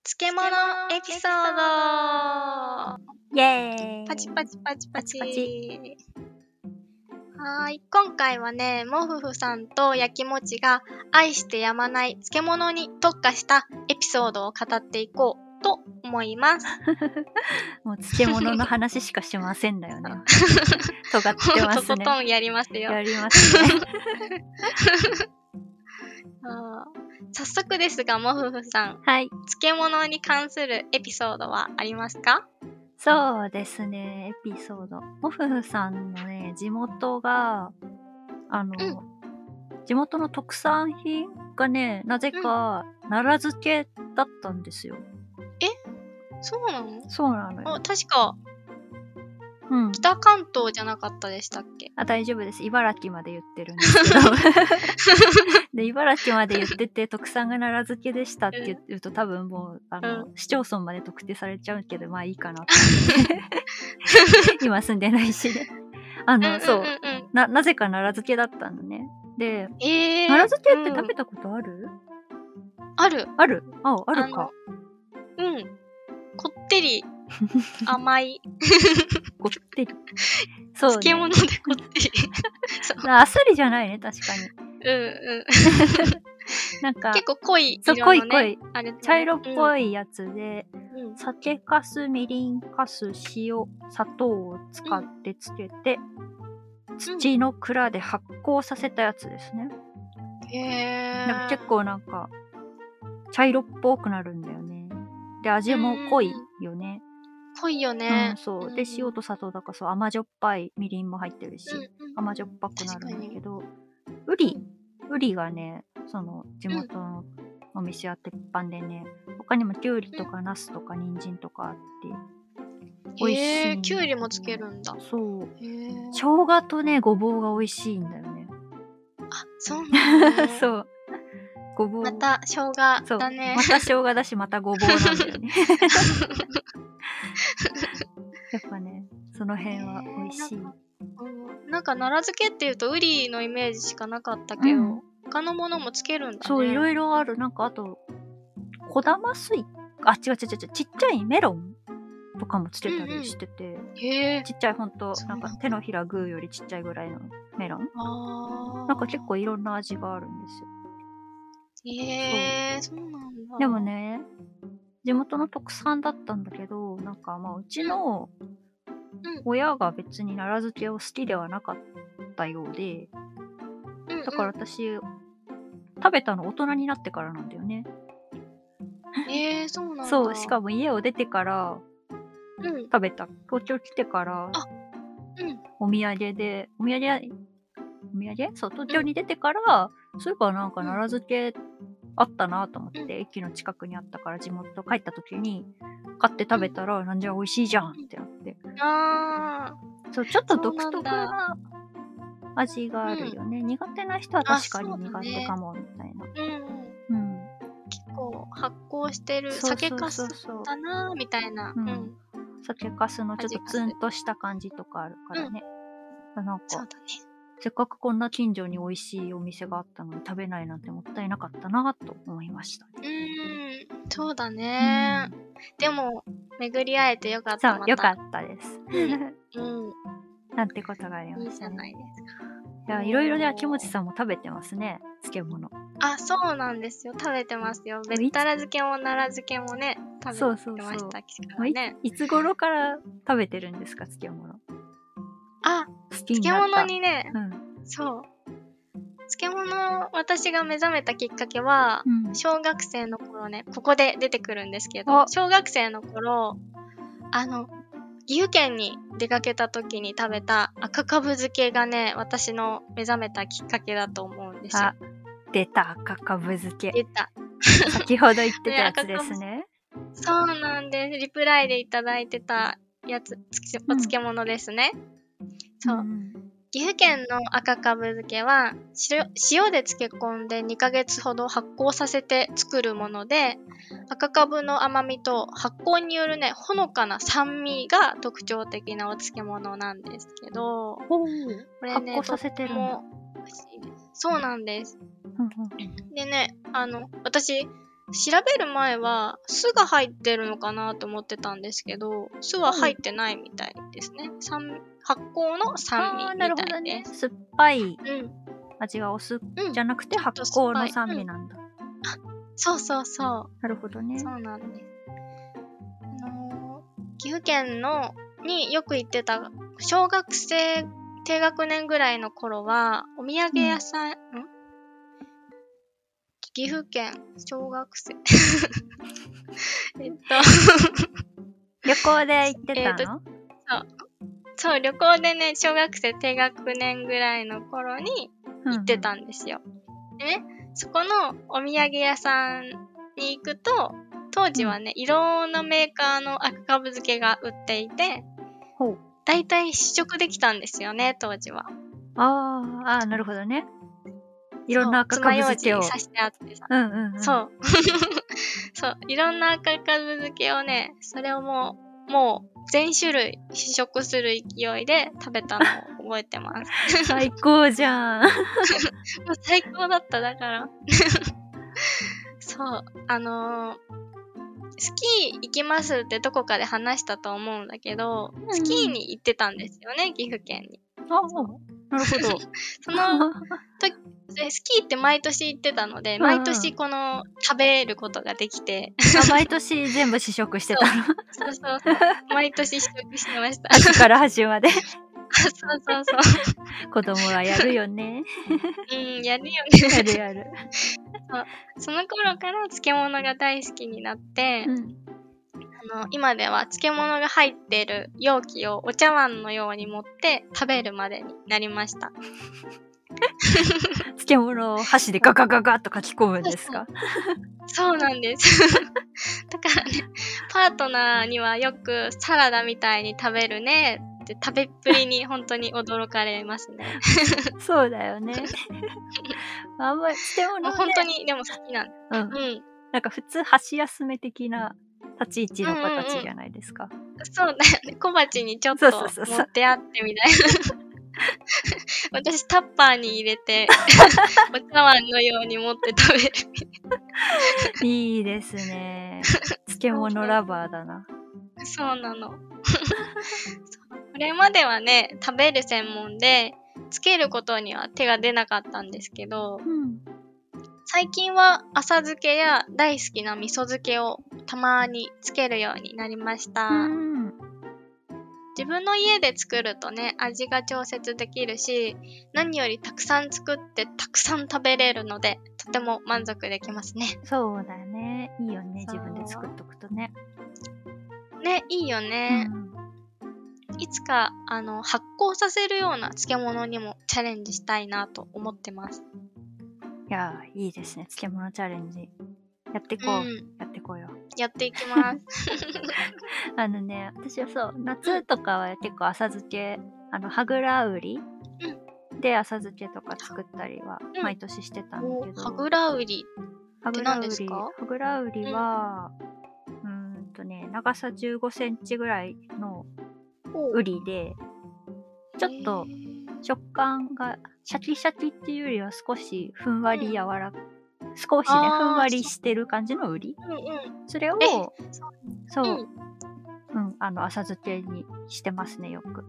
[SPEAKER 1] 漬物エピソード
[SPEAKER 2] イェーイ
[SPEAKER 1] パチパチパチパチ。
[SPEAKER 2] パチパ
[SPEAKER 1] はーい、今回はね、モフフさんとやきもちが愛してやまない漬物に特化したエピソードを語っていこうと思い ます。
[SPEAKER 2] もう漬物の話しかしませんだ よね。尖ってま
[SPEAKER 1] と
[SPEAKER 2] す
[SPEAKER 1] こ
[SPEAKER 2] ね。
[SPEAKER 1] とんやりますよ。
[SPEAKER 2] やりますね。
[SPEAKER 1] あー早速ですが、モフフさん、
[SPEAKER 2] はい。
[SPEAKER 1] 漬物に関するエピソードはありますか
[SPEAKER 2] そうですね、エピソード。モフフさんのね、地元が、あの、
[SPEAKER 1] うん
[SPEAKER 2] 地元の特産品がね、なぜか、奈良漬けだったんですよ。
[SPEAKER 1] そうなの
[SPEAKER 2] そうなのよ。
[SPEAKER 1] あ確か、
[SPEAKER 2] うん。
[SPEAKER 1] 北関東じゃなかったでしたっけ
[SPEAKER 2] あ、大丈夫です。茨城まで言ってるんですけど。 で、茨城まで言ってて、特産が奈良漬けでしたって言うと、多分もう、あの、市町村まで特定されちゃうけど、まあいいかなと思 って。今住んでないしね。あ
[SPEAKER 1] うんうんうんう
[SPEAKER 2] の、
[SPEAKER 1] ん
[SPEAKER 2] そう。な、なぜか奈良漬けだったのね。で、
[SPEAKER 1] えー、
[SPEAKER 2] 奈良漬けって食
[SPEAKER 1] うん
[SPEAKER 2] べたことある、
[SPEAKER 1] ある。
[SPEAKER 2] あるあ、あるか。
[SPEAKER 1] うん。こって り甘い
[SPEAKER 2] ごってり。そう、ね。
[SPEAKER 1] 漬物でこってり。
[SPEAKER 2] あっさりじゃないね、確かに。
[SPEAKER 1] うんうん。
[SPEAKER 2] なんか、
[SPEAKER 1] 結構濃い
[SPEAKER 2] そ
[SPEAKER 1] 色
[SPEAKER 2] う、
[SPEAKER 1] の、ね。
[SPEAKER 2] 濃い濃い。
[SPEAKER 1] あれ、
[SPEAKER 2] 茶色っ
[SPEAKER 1] い。
[SPEAKER 2] ぽいやつで、
[SPEAKER 1] うんうん
[SPEAKER 2] 酒かす、みりんかす、塩、砂糖を使ってつけて、土の蔵で発酵させたやつですね。
[SPEAKER 1] へー
[SPEAKER 2] なんか結構なんか、茶色っぽくなるんだよね。で、味も濃いよね。
[SPEAKER 1] 濃いよ
[SPEAKER 2] う
[SPEAKER 1] ね
[SPEAKER 2] ん、。そう。で、塩と砂糖だからそう甘じょっぱいみりんも入ってるし、
[SPEAKER 1] うんうん
[SPEAKER 2] 甘じょっぱくなるんだけど、ウリ、ウリがね、その地元のお店は鉄板でね、他にもきゅうりとかナスとか人参とかあって、美味しい
[SPEAKER 1] へーきゅうりもつけるんだ。
[SPEAKER 2] そう。
[SPEAKER 1] へー
[SPEAKER 2] 生姜とね、ごぼうが美味しいんだよね。。
[SPEAKER 1] あ、そうなんだ
[SPEAKER 2] そう。ごぼう。
[SPEAKER 1] また生姜
[SPEAKER 2] そう
[SPEAKER 1] だね
[SPEAKER 2] ま。た生姜だし、またごぼうなんだよ ね。やっぱね、その辺は美味しい。
[SPEAKER 1] うんなんか奈良漬けっていうとウリのイメージしかなかったけど、
[SPEAKER 2] うん
[SPEAKER 1] 他のものもつけるんだね。
[SPEAKER 2] そう、いろ
[SPEAKER 1] い
[SPEAKER 2] いろある。なんかあと、小玉スイカ、あ、違う違う違う、ちっちゃいメロンとかもつけたりしてて、
[SPEAKER 1] ろ。へえ。
[SPEAKER 2] ちっちゃい、ほんと
[SPEAKER 1] そう、な
[SPEAKER 2] な
[SPEAKER 1] んんだ
[SPEAKER 2] か手のひらグーよりちっちゃいぐらいのメロン。
[SPEAKER 1] あー
[SPEAKER 2] なんか結構いろんな味があるんですよ。
[SPEAKER 1] へえ、そうなんだ。
[SPEAKER 2] でも。ね、地元の特産だったんだけど、なんかまあ、うちの
[SPEAKER 1] うん
[SPEAKER 2] 親が別に奈良漬けを好きではなかったようで、
[SPEAKER 1] うんうん
[SPEAKER 2] だから私、食べたの大人になってからなんだよね。
[SPEAKER 1] へえ、そうなんだ。
[SPEAKER 2] そう、しかも家を出てから、
[SPEAKER 1] うん。うん。
[SPEAKER 2] 食べた東京来てから
[SPEAKER 1] あうん
[SPEAKER 2] お土産でお土産やお土産そう東京に出てから、そういえばなんか
[SPEAKER 1] うん
[SPEAKER 2] 奈良漬けあったなと思って、
[SPEAKER 1] うん
[SPEAKER 2] 駅の近くにあったから地元帰った時に買って食べたら、なんじゃ美味しいじゃんってなって
[SPEAKER 1] あー
[SPEAKER 2] そうちょっと
[SPEAKER 1] そう
[SPEAKER 2] 独
[SPEAKER 1] なんだ
[SPEAKER 2] 特な味があるよね、苦手な人は確かに苦手かもみたいな
[SPEAKER 1] うんうん。
[SPEAKER 2] うん
[SPEAKER 1] 結構発酵してる
[SPEAKER 2] そう
[SPEAKER 1] 酒
[SPEAKER 2] そう
[SPEAKER 1] 粕
[SPEAKER 2] そうそう
[SPEAKER 1] だなーみたいな。
[SPEAKER 2] う
[SPEAKER 1] うんん。
[SPEAKER 2] 酒かすのちょっと
[SPEAKER 1] 味がす
[SPEAKER 2] ツ
[SPEAKER 1] る
[SPEAKER 2] ンとした感じとかあるからね、なんか
[SPEAKER 1] そうだね。
[SPEAKER 2] せっかくこんな近所に美味しいお店があったのに食べないなんてもったいなかったなと思いました。
[SPEAKER 1] うーん。そうだねー。でも、巡り会えてよかっ
[SPEAKER 2] そ
[SPEAKER 1] た。
[SPEAKER 2] う、よか
[SPEAKER 1] っ
[SPEAKER 2] ったです。
[SPEAKER 1] た。うん。
[SPEAKER 2] なんてことがありま
[SPEAKER 1] いい
[SPEAKER 2] し
[SPEAKER 1] じ
[SPEAKER 2] た
[SPEAKER 1] ゃ
[SPEAKER 2] ね。
[SPEAKER 1] ないです
[SPEAKER 2] いや、いろいろね、秋元さんも食べてますね。漬物。
[SPEAKER 1] か。あ、そうなんですよ。食べてますよ。べったら漬けも奈良漬けもね、食
[SPEAKER 2] そう
[SPEAKER 1] べて
[SPEAKER 2] そうそう
[SPEAKER 1] ましたか
[SPEAKER 2] も
[SPEAKER 1] ら
[SPEAKER 2] うい
[SPEAKER 1] ね。
[SPEAKER 2] いつ頃から食べてるんですか、漬物。
[SPEAKER 1] あ、
[SPEAKER 2] 好きに
[SPEAKER 1] 漬
[SPEAKER 2] なった。
[SPEAKER 1] 物にね、
[SPEAKER 2] うん。
[SPEAKER 1] そう。漬物、私が目覚めたきっかけは、
[SPEAKER 2] うん。
[SPEAKER 1] 小学生の頃ね、ここで出てくるんですけ
[SPEAKER 2] あ
[SPEAKER 1] ど、小学生の頃、あの、岐阜県に出かけた時に食べた赤かぶ漬けがね、私の目覚めたきっかけだと思うんですよ
[SPEAKER 2] あ。、出た赤かぶ漬け。
[SPEAKER 1] 出た。
[SPEAKER 2] 先ほど言って た
[SPEAKER 1] ね
[SPEAKER 2] やつですね。
[SPEAKER 1] そうなんです。リプライでいただいてたやつ、つきお漬物ですね。そ
[SPEAKER 2] ん
[SPEAKER 1] う。
[SPEAKER 2] ん
[SPEAKER 1] 岐阜県の赤かぶ漬けは塩塩で漬け込んで2ヶ月ほど発酵させて作るもので赤かぶの甘みと発酵によるねほのかな酸味が特徴的なお漬物なんですけど
[SPEAKER 2] ほう
[SPEAKER 1] これ
[SPEAKER 2] 発
[SPEAKER 1] ね
[SPEAKER 2] 酵させて
[SPEAKER 1] とって
[SPEAKER 2] るんだ。
[SPEAKER 1] も美味しいですそうなんです
[SPEAKER 2] うん
[SPEAKER 1] でねあの私調べる前は酢が入ってるのかなと思ってたんですけど酢は入ってないみたいですね酸発酵の酸味
[SPEAKER 2] ああ、
[SPEAKER 1] み
[SPEAKER 2] なるほ
[SPEAKER 1] た
[SPEAKER 2] ど
[SPEAKER 1] いで。
[SPEAKER 2] ね
[SPEAKER 1] す、
[SPEAKER 2] 酸っぱい
[SPEAKER 1] うん
[SPEAKER 2] 味がお酢
[SPEAKER 1] うん
[SPEAKER 2] じゃなくて
[SPEAKER 1] ちょっ
[SPEAKER 2] 発
[SPEAKER 1] と
[SPEAKER 2] 酵
[SPEAKER 1] 酸っぱい
[SPEAKER 2] の酸味なんだ。
[SPEAKER 1] そうそうそ
[SPEAKER 2] なるほどね
[SPEAKER 1] う、。そうなんです。あのー岐阜県のによく行ってた小学生低学年ぐらいの頃はお土産屋さん、ん岐阜県小学生 えっと
[SPEAKER 2] 旅行で行って
[SPEAKER 1] えー
[SPEAKER 2] た
[SPEAKER 1] と
[SPEAKER 2] の、
[SPEAKER 1] そう旅行でね小学生低学年ぐらいの頃に
[SPEAKER 2] うん
[SPEAKER 1] 行ってたんですよ。でね、そこのお土産屋さんに行くと、当時はね、いろんなメーカーの赤かぶ漬けが売っていて、
[SPEAKER 2] ほう
[SPEAKER 1] 大体試食できたんですよね、当時は。
[SPEAKER 2] あーあー、なるほどね。いろんな赤
[SPEAKER 1] そう
[SPEAKER 2] かぶ
[SPEAKER 1] 爪楊
[SPEAKER 2] 漬け
[SPEAKER 1] 枝
[SPEAKER 2] を
[SPEAKER 1] に。刺してあってさ。
[SPEAKER 2] うんうん、うん。
[SPEAKER 1] そう。 そう。いろんな赤かぶ漬けをね、それをもう、もう全種類試食する勢いで食べたのを覚えてます。
[SPEAKER 2] 最高 じゃん。
[SPEAKER 1] もう最高だった、だから。 そう、あのースキー行きますってどこかで話したと思うんだけど、スキーに行ってたんですよね、岐阜県に。
[SPEAKER 2] あおなるほど。
[SPEAKER 1] そ の、でスキーって毎年行ってたので、毎年この、食べることができ て、
[SPEAKER 2] あ 毎年全部試食してたの。
[SPEAKER 1] そうそうそう、毎年試食してました。
[SPEAKER 2] 端から端まで。
[SPEAKER 1] そうそうそ
[SPEAKER 2] 子供はやるよね。
[SPEAKER 1] う。うん、やるよ
[SPEAKER 2] や
[SPEAKER 1] ね。
[SPEAKER 2] るやる。
[SPEAKER 1] その頃から漬物が大好きになって、
[SPEAKER 2] うん。
[SPEAKER 1] あの今では漬物が入っている容器をお茶碗のように持って食べるまでになりました
[SPEAKER 2] 漬物を箸でガガガガッと書き込むんですか。
[SPEAKER 1] そうなんです だからねパートナーにはよくサラダみたいに食べるねって食べっぷりに本当に驚かれます ね
[SPEAKER 2] そうだよね。あんまり漬物
[SPEAKER 1] もう
[SPEAKER 2] ね
[SPEAKER 1] 本当にでも好きなんです
[SPEAKER 2] うん
[SPEAKER 1] う。ん
[SPEAKER 2] なんか普通箸休め的な立ち位置の子たちじゃないですか。
[SPEAKER 1] そうだよね小鉢にちょっ
[SPEAKER 2] そ
[SPEAKER 1] と
[SPEAKER 2] うそうそうそう
[SPEAKER 1] 持ってあってみたいな 私タッパーに入れ てお茶碗のように持って食べる
[SPEAKER 2] いいですね。漬物ラバーだな。
[SPEAKER 1] そうなの。そう これまではね、食べる専門で、つけることには手が出なかったんですけど、
[SPEAKER 2] うん。
[SPEAKER 1] 最近は浅漬けや大好きな味噌漬けをたまにつけるようになりました。
[SPEAKER 2] うん。
[SPEAKER 1] 自分の家で作るとね、味が調節できるし、何よりたくさん作ってたくさん食べれるので、とても満足できますね。
[SPEAKER 2] そうだね。いいよね。
[SPEAKER 1] そう
[SPEAKER 2] 自分で作っとくとね。
[SPEAKER 1] ね、いいよね
[SPEAKER 2] う。ん
[SPEAKER 1] いつか、あの、発酵させるような漬物にもチャレンジしたいなと思ってます。
[SPEAKER 2] いやー、いいですね。漬物チャレンジ。やってこう。
[SPEAKER 1] うん、
[SPEAKER 2] やってこうよ。
[SPEAKER 1] やっていき ます。
[SPEAKER 2] あのね、私はそう、夏とかは結構浅漬け、あの、はぐらうり、で浅漬けとか作ったりは
[SPEAKER 1] うん
[SPEAKER 2] 毎年してたんだけど。
[SPEAKER 1] はぐらうり。
[SPEAKER 2] は
[SPEAKER 1] て
[SPEAKER 2] ぐら
[SPEAKER 1] 何
[SPEAKER 2] う
[SPEAKER 1] です
[SPEAKER 2] り、
[SPEAKER 1] か
[SPEAKER 2] はぐらうりは、うーん、とね、長さ15センチぐらいのうりで、ちょっと
[SPEAKER 1] へー
[SPEAKER 2] 食感がシャキシャキっていうよりは少しふんわり
[SPEAKER 1] うん
[SPEAKER 2] 柔らか、少しね、
[SPEAKER 1] あー
[SPEAKER 2] ふんわりしてる感じのうり。
[SPEAKER 1] うん
[SPEAKER 2] それを
[SPEAKER 1] え、
[SPEAKER 2] そうう、
[SPEAKER 1] ん。うん。
[SPEAKER 2] うん、あの、浅漬けにしてますね、よく。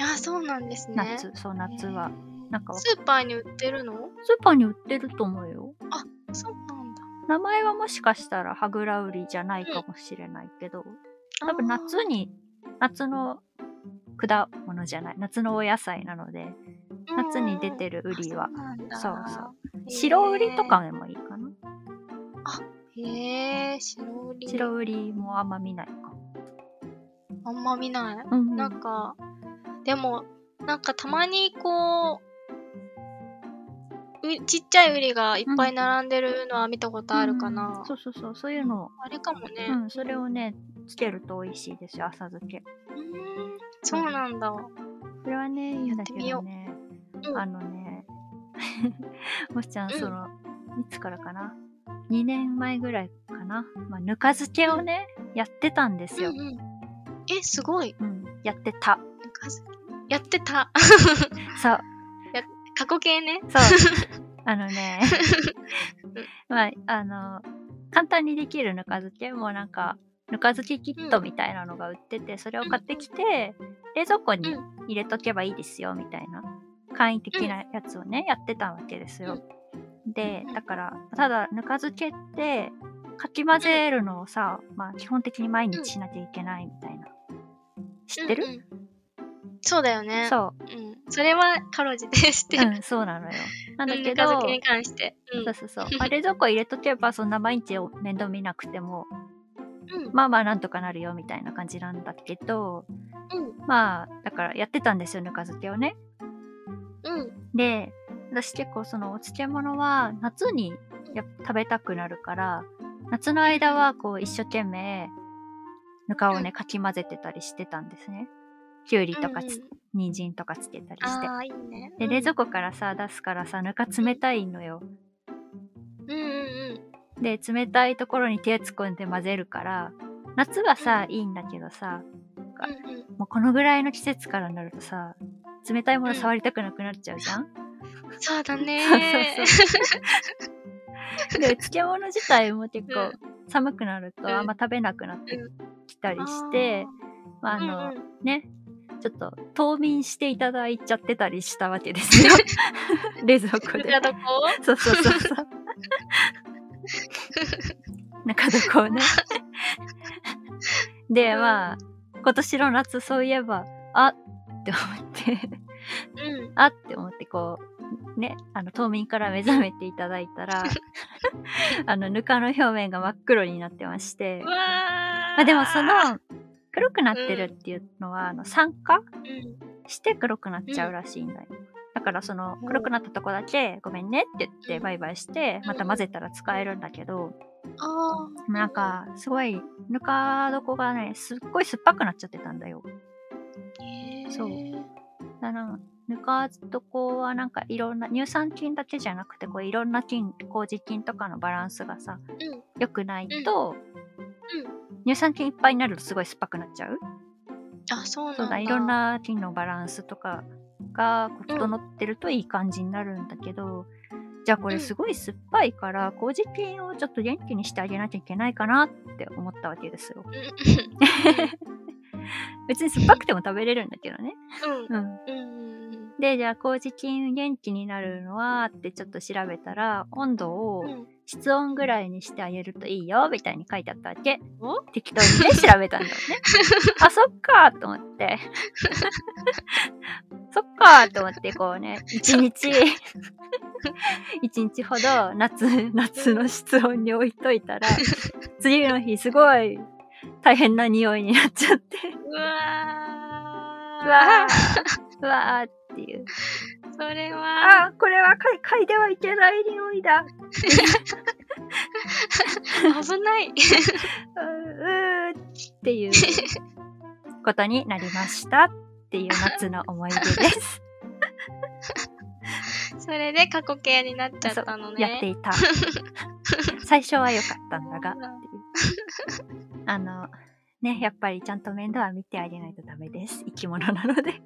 [SPEAKER 1] あ、そうなんですね。
[SPEAKER 2] 夏、そう、夏は。なんかわ、ス
[SPEAKER 1] スーパーに売ってるの
[SPEAKER 2] ーパーに売ってると思うよ。
[SPEAKER 1] そうなんだ。
[SPEAKER 2] 名前はもしかしたら、はぐらうりじゃないかもしれないけど、多分
[SPEAKER 1] あー
[SPEAKER 2] 夏に、夏の果物じゃない、夏のお野菜なので、夏に出てるウリは
[SPEAKER 1] うんうんうんあ
[SPEAKER 2] そ
[SPEAKER 1] そううなんだ。
[SPEAKER 2] そう
[SPEAKER 1] へー
[SPEAKER 2] 白ウリと。かでもいいかな。
[SPEAKER 1] へえ、白ウリ。
[SPEAKER 2] 白ウリもあんま見ないか。
[SPEAKER 1] あんま見ない。
[SPEAKER 2] うんうん、
[SPEAKER 1] なんか、でも、なんかたまにこう、うちっちゃいウリがいっぱい並んでるのは見たことあるかな。
[SPEAKER 2] うんそうそうそう、そういうのを、
[SPEAKER 1] あれかもね。
[SPEAKER 2] うん、それをね、つけると美味しいですよ、浅漬け。
[SPEAKER 1] うーんそうなんだ。
[SPEAKER 2] それはね、いいんだ
[SPEAKER 1] って
[SPEAKER 2] け
[SPEAKER 1] みよ
[SPEAKER 2] ど
[SPEAKER 1] う
[SPEAKER 2] ね。
[SPEAKER 1] うん
[SPEAKER 2] あのね、 もしちゃん、
[SPEAKER 1] うん
[SPEAKER 2] その、いつからかな ?2 年前ぐらいかな、まあ、ぬか漬けをね、やってたんですよ。
[SPEAKER 1] うんうん、え、すごい。
[SPEAKER 2] うん、やって
[SPEAKER 1] な
[SPEAKER 2] た。
[SPEAKER 1] んかやってた。
[SPEAKER 2] そう、
[SPEAKER 1] 過去形ね。
[SPEAKER 2] そう。あのね、まあ、あの、簡単にできるぬか漬けもなんか、ぬか漬けキットみたいなのが売ってて、それを買ってきて、冷蔵庫に
[SPEAKER 1] う
[SPEAKER 2] 入れとけばいいですよ、みたいな、簡易的なやつをね、やってたわけですよ。で
[SPEAKER 1] う、ん
[SPEAKER 2] だから、ただ、ぬか漬けって、かき混ぜるのをさ、まあ、基本的に毎日しなきゃいけないみたいな。知ってる、
[SPEAKER 1] うんうんそうだよね。う。
[SPEAKER 2] そ
[SPEAKER 1] ん。それはかろうじて知って
[SPEAKER 2] う、う
[SPEAKER 1] る。
[SPEAKER 2] ん、そうなのよ。なんだ
[SPEAKER 1] うん
[SPEAKER 2] け
[SPEAKER 1] ぬか
[SPEAKER 2] ど
[SPEAKER 1] 漬、けに関して。
[SPEAKER 2] そうそうそう。 まあ、冷蔵庫入れとけば、そんな毎日を面倒見なくても、
[SPEAKER 1] うん。
[SPEAKER 2] まあまあなんとかなるよみたいな感じなんだけど、
[SPEAKER 1] うん
[SPEAKER 2] まあ、だからやってたんですよ、ぬか漬けをね。
[SPEAKER 1] うん。うん。
[SPEAKER 2] で、私結構そのお漬物は夏にやっぱ食べたくなるから、夏の間はこう一生懸命ぬかを
[SPEAKER 1] う
[SPEAKER 2] ね、かき混ぜてたりしてたんですね。きゅうりとかつ、
[SPEAKER 1] うんうん
[SPEAKER 2] 人参とかつけたりして
[SPEAKER 1] ああ、いいね。
[SPEAKER 2] で冷蔵庫からさ出すからさぬか冷たいのよ
[SPEAKER 1] うんうんうん。
[SPEAKER 2] で冷たいところに手突っ込んで混ぜるから夏はさいいんだけどさか
[SPEAKER 1] うんうん
[SPEAKER 2] もうこのぐらいの季節からなるとさ冷たいもの触りたくなくなっちゃうじゃん、
[SPEAKER 1] そうだね
[SPEAKER 2] そうそうそうで漬物自体も結構寒くなる
[SPEAKER 1] うん
[SPEAKER 2] とあんま食べなくなってきたりして、まああの、
[SPEAKER 1] うんうん
[SPEAKER 2] ねちょっと冬眠していただいちゃってたりしたわ けですよ冷蔵庫
[SPEAKER 1] ぬ
[SPEAKER 2] で
[SPEAKER 1] か床
[SPEAKER 2] そうそうそうそう中床をね で
[SPEAKER 1] うん
[SPEAKER 2] まあ今年の夏そういえばあって思って
[SPEAKER 1] うん。
[SPEAKER 2] あって思ってこうねあの冬眠から目覚めていただい たらあのぬかの表面が真っ黒になってまして
[SPEAKER 1] うわー。ま
[SPEAKER 2] まあでもそ、の黒くなってるっていうのは、あの酸化
[SPEAKER 1] うん、
[SPEAKER 2] して黒くなっちゃうらしいんだよ、だからその黒くなったとこだけごめんねって言ってバイバイしてまた混ぜたら使えるんだけど
[SPEAKER 1] あ
[SPEAKER 2] なんかすごいぬか床がねすっごい酸っぱくなっちゃってたんだよ
[SPEAKER 1] ー
[SPEAKER 2] そう
[SPEAKER 1] へー
[SPEAKER 2] だからぬか床はなんかいろんな乳酸菌だけじゃなくてこういろんな菌麹菌とかのバランスがさ
[SPEAKER 1] うん
[SPEAKER 2] 良くないと、
[SPEAKER 1] うん
[SPEAKER 2] 乳酸菌いっぱいになるとすごい酸っぱくなっちゃう
[SPEAKER 1] あ、そうなんだ。
[SPEAKER 2] そうだいろん。な菌のバランスとかがこう
[SPEAKER 1] うん
[SPEAKER 2] 整ってるといい感じになるんだけど、じゃあこ
[SPEAKER 1] う
[SPEAKER 2] れ
[SPEAKER 1] ん
[SPEAKER 2] すごい酸っぱいから麹菌をちょっと元気にしてあげなきゃいけないかなって思ったわけですよ
[SPEAKER 1] うん
[SPEAKER 2] 別に酸っぱくても食べれるんだけどね、
[SPEAKER 1] うん
[SPEAKER 2] うん、
[SPEAKER 1] うんうん
[SPEAKER 2] でじゃあ麹菌元気になるのはってちょっと調べたら温
[SPEAKER 1] う
[SPEAKER 2] 度を
[SPEAKER 1] ん。
[SPEAKER 2] 室温ぐらいにしてあげるといいよみたいに書いてあったわけ
[SPEAKER 1] お
[SPEAKER 2] 適当にね調べたんだよねあそっかーと思って そっかーと思ってこうね一日一日ほど夏夏の室温に置いといたら次の日すごい大変な匂いになっちゃって
[SPEAKER 1] うわー。
[SPEAKER 2] うわーうわーっていう
[SPEAKER 1] それは、
[SPEAKER 2] あーこれは嗅い嗅いではいけない匂いだ
[SPEAKER 1] 危ない。
[SPEAKER 2] うーうーっていうことになりましたっていう夏の思い出です。
[SPEAKER 1] それで過去形になっ ちゃったのね。
[SPEAKER 2] やって いた。最初は良かったんだがっていう。あの、ね、やっぱりちゃんと面倒は見てあげないとダメです。生き物なの で。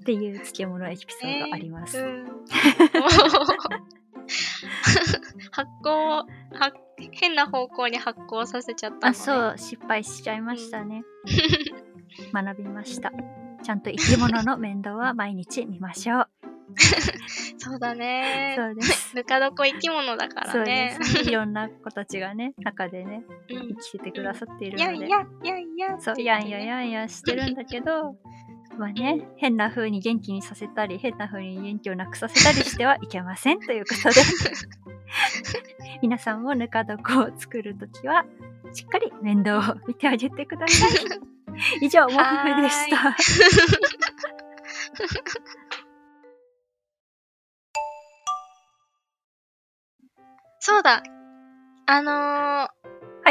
[SPEAKER 2] っていう漬物エピソードがあります。
[SPEAKER 1] うん。発酵をは変な方向に発酵させちゃったの、ね、
[SPEAKER 2] あ、そう、失敗しちゃいましたね。学びました。ちゃんと生き物の面倒は毎日見ましょう。
[SPEAKER 1] そうだね
[SPEAKER 2] そうです。
[SPEAKER 1] ぬか床生き物 だか
[SPEAKER 2] そ
[SPEAKER 1] ら
[SPEAKER 2] うで
[SPEAKER 1] ね
[SPEAKER 2] すね。いろんな子たちがね、中でね、
[SPEAKER 1] う
[SPEAKER 2] 生きててくださっている
[SPEAKER 1] んや
[SPEAKER 2] の
[SPEAKER 1] ん
[SPEAKER 2] で。
[SPEAKER 1] やんやんやん
[SPEAKER 2] そう、
[SPEAKER 1] って
[SPEAKER 2] や
[SPEAKER 1] 言って
[SPEAKER 2] んや
[SPEAKER 1] ね
[SPEAKER 2] やんやしてるんだ けど、まあね、変な風に元気にさせたり、変な風に元気をなくさせたりしてはいけませんということ で、皆さんもぬか床を作るときは、しっかり面倒を見てあげてくだ さい。以上、モフフでした。
[SPEAKER 1] そうだあのー、は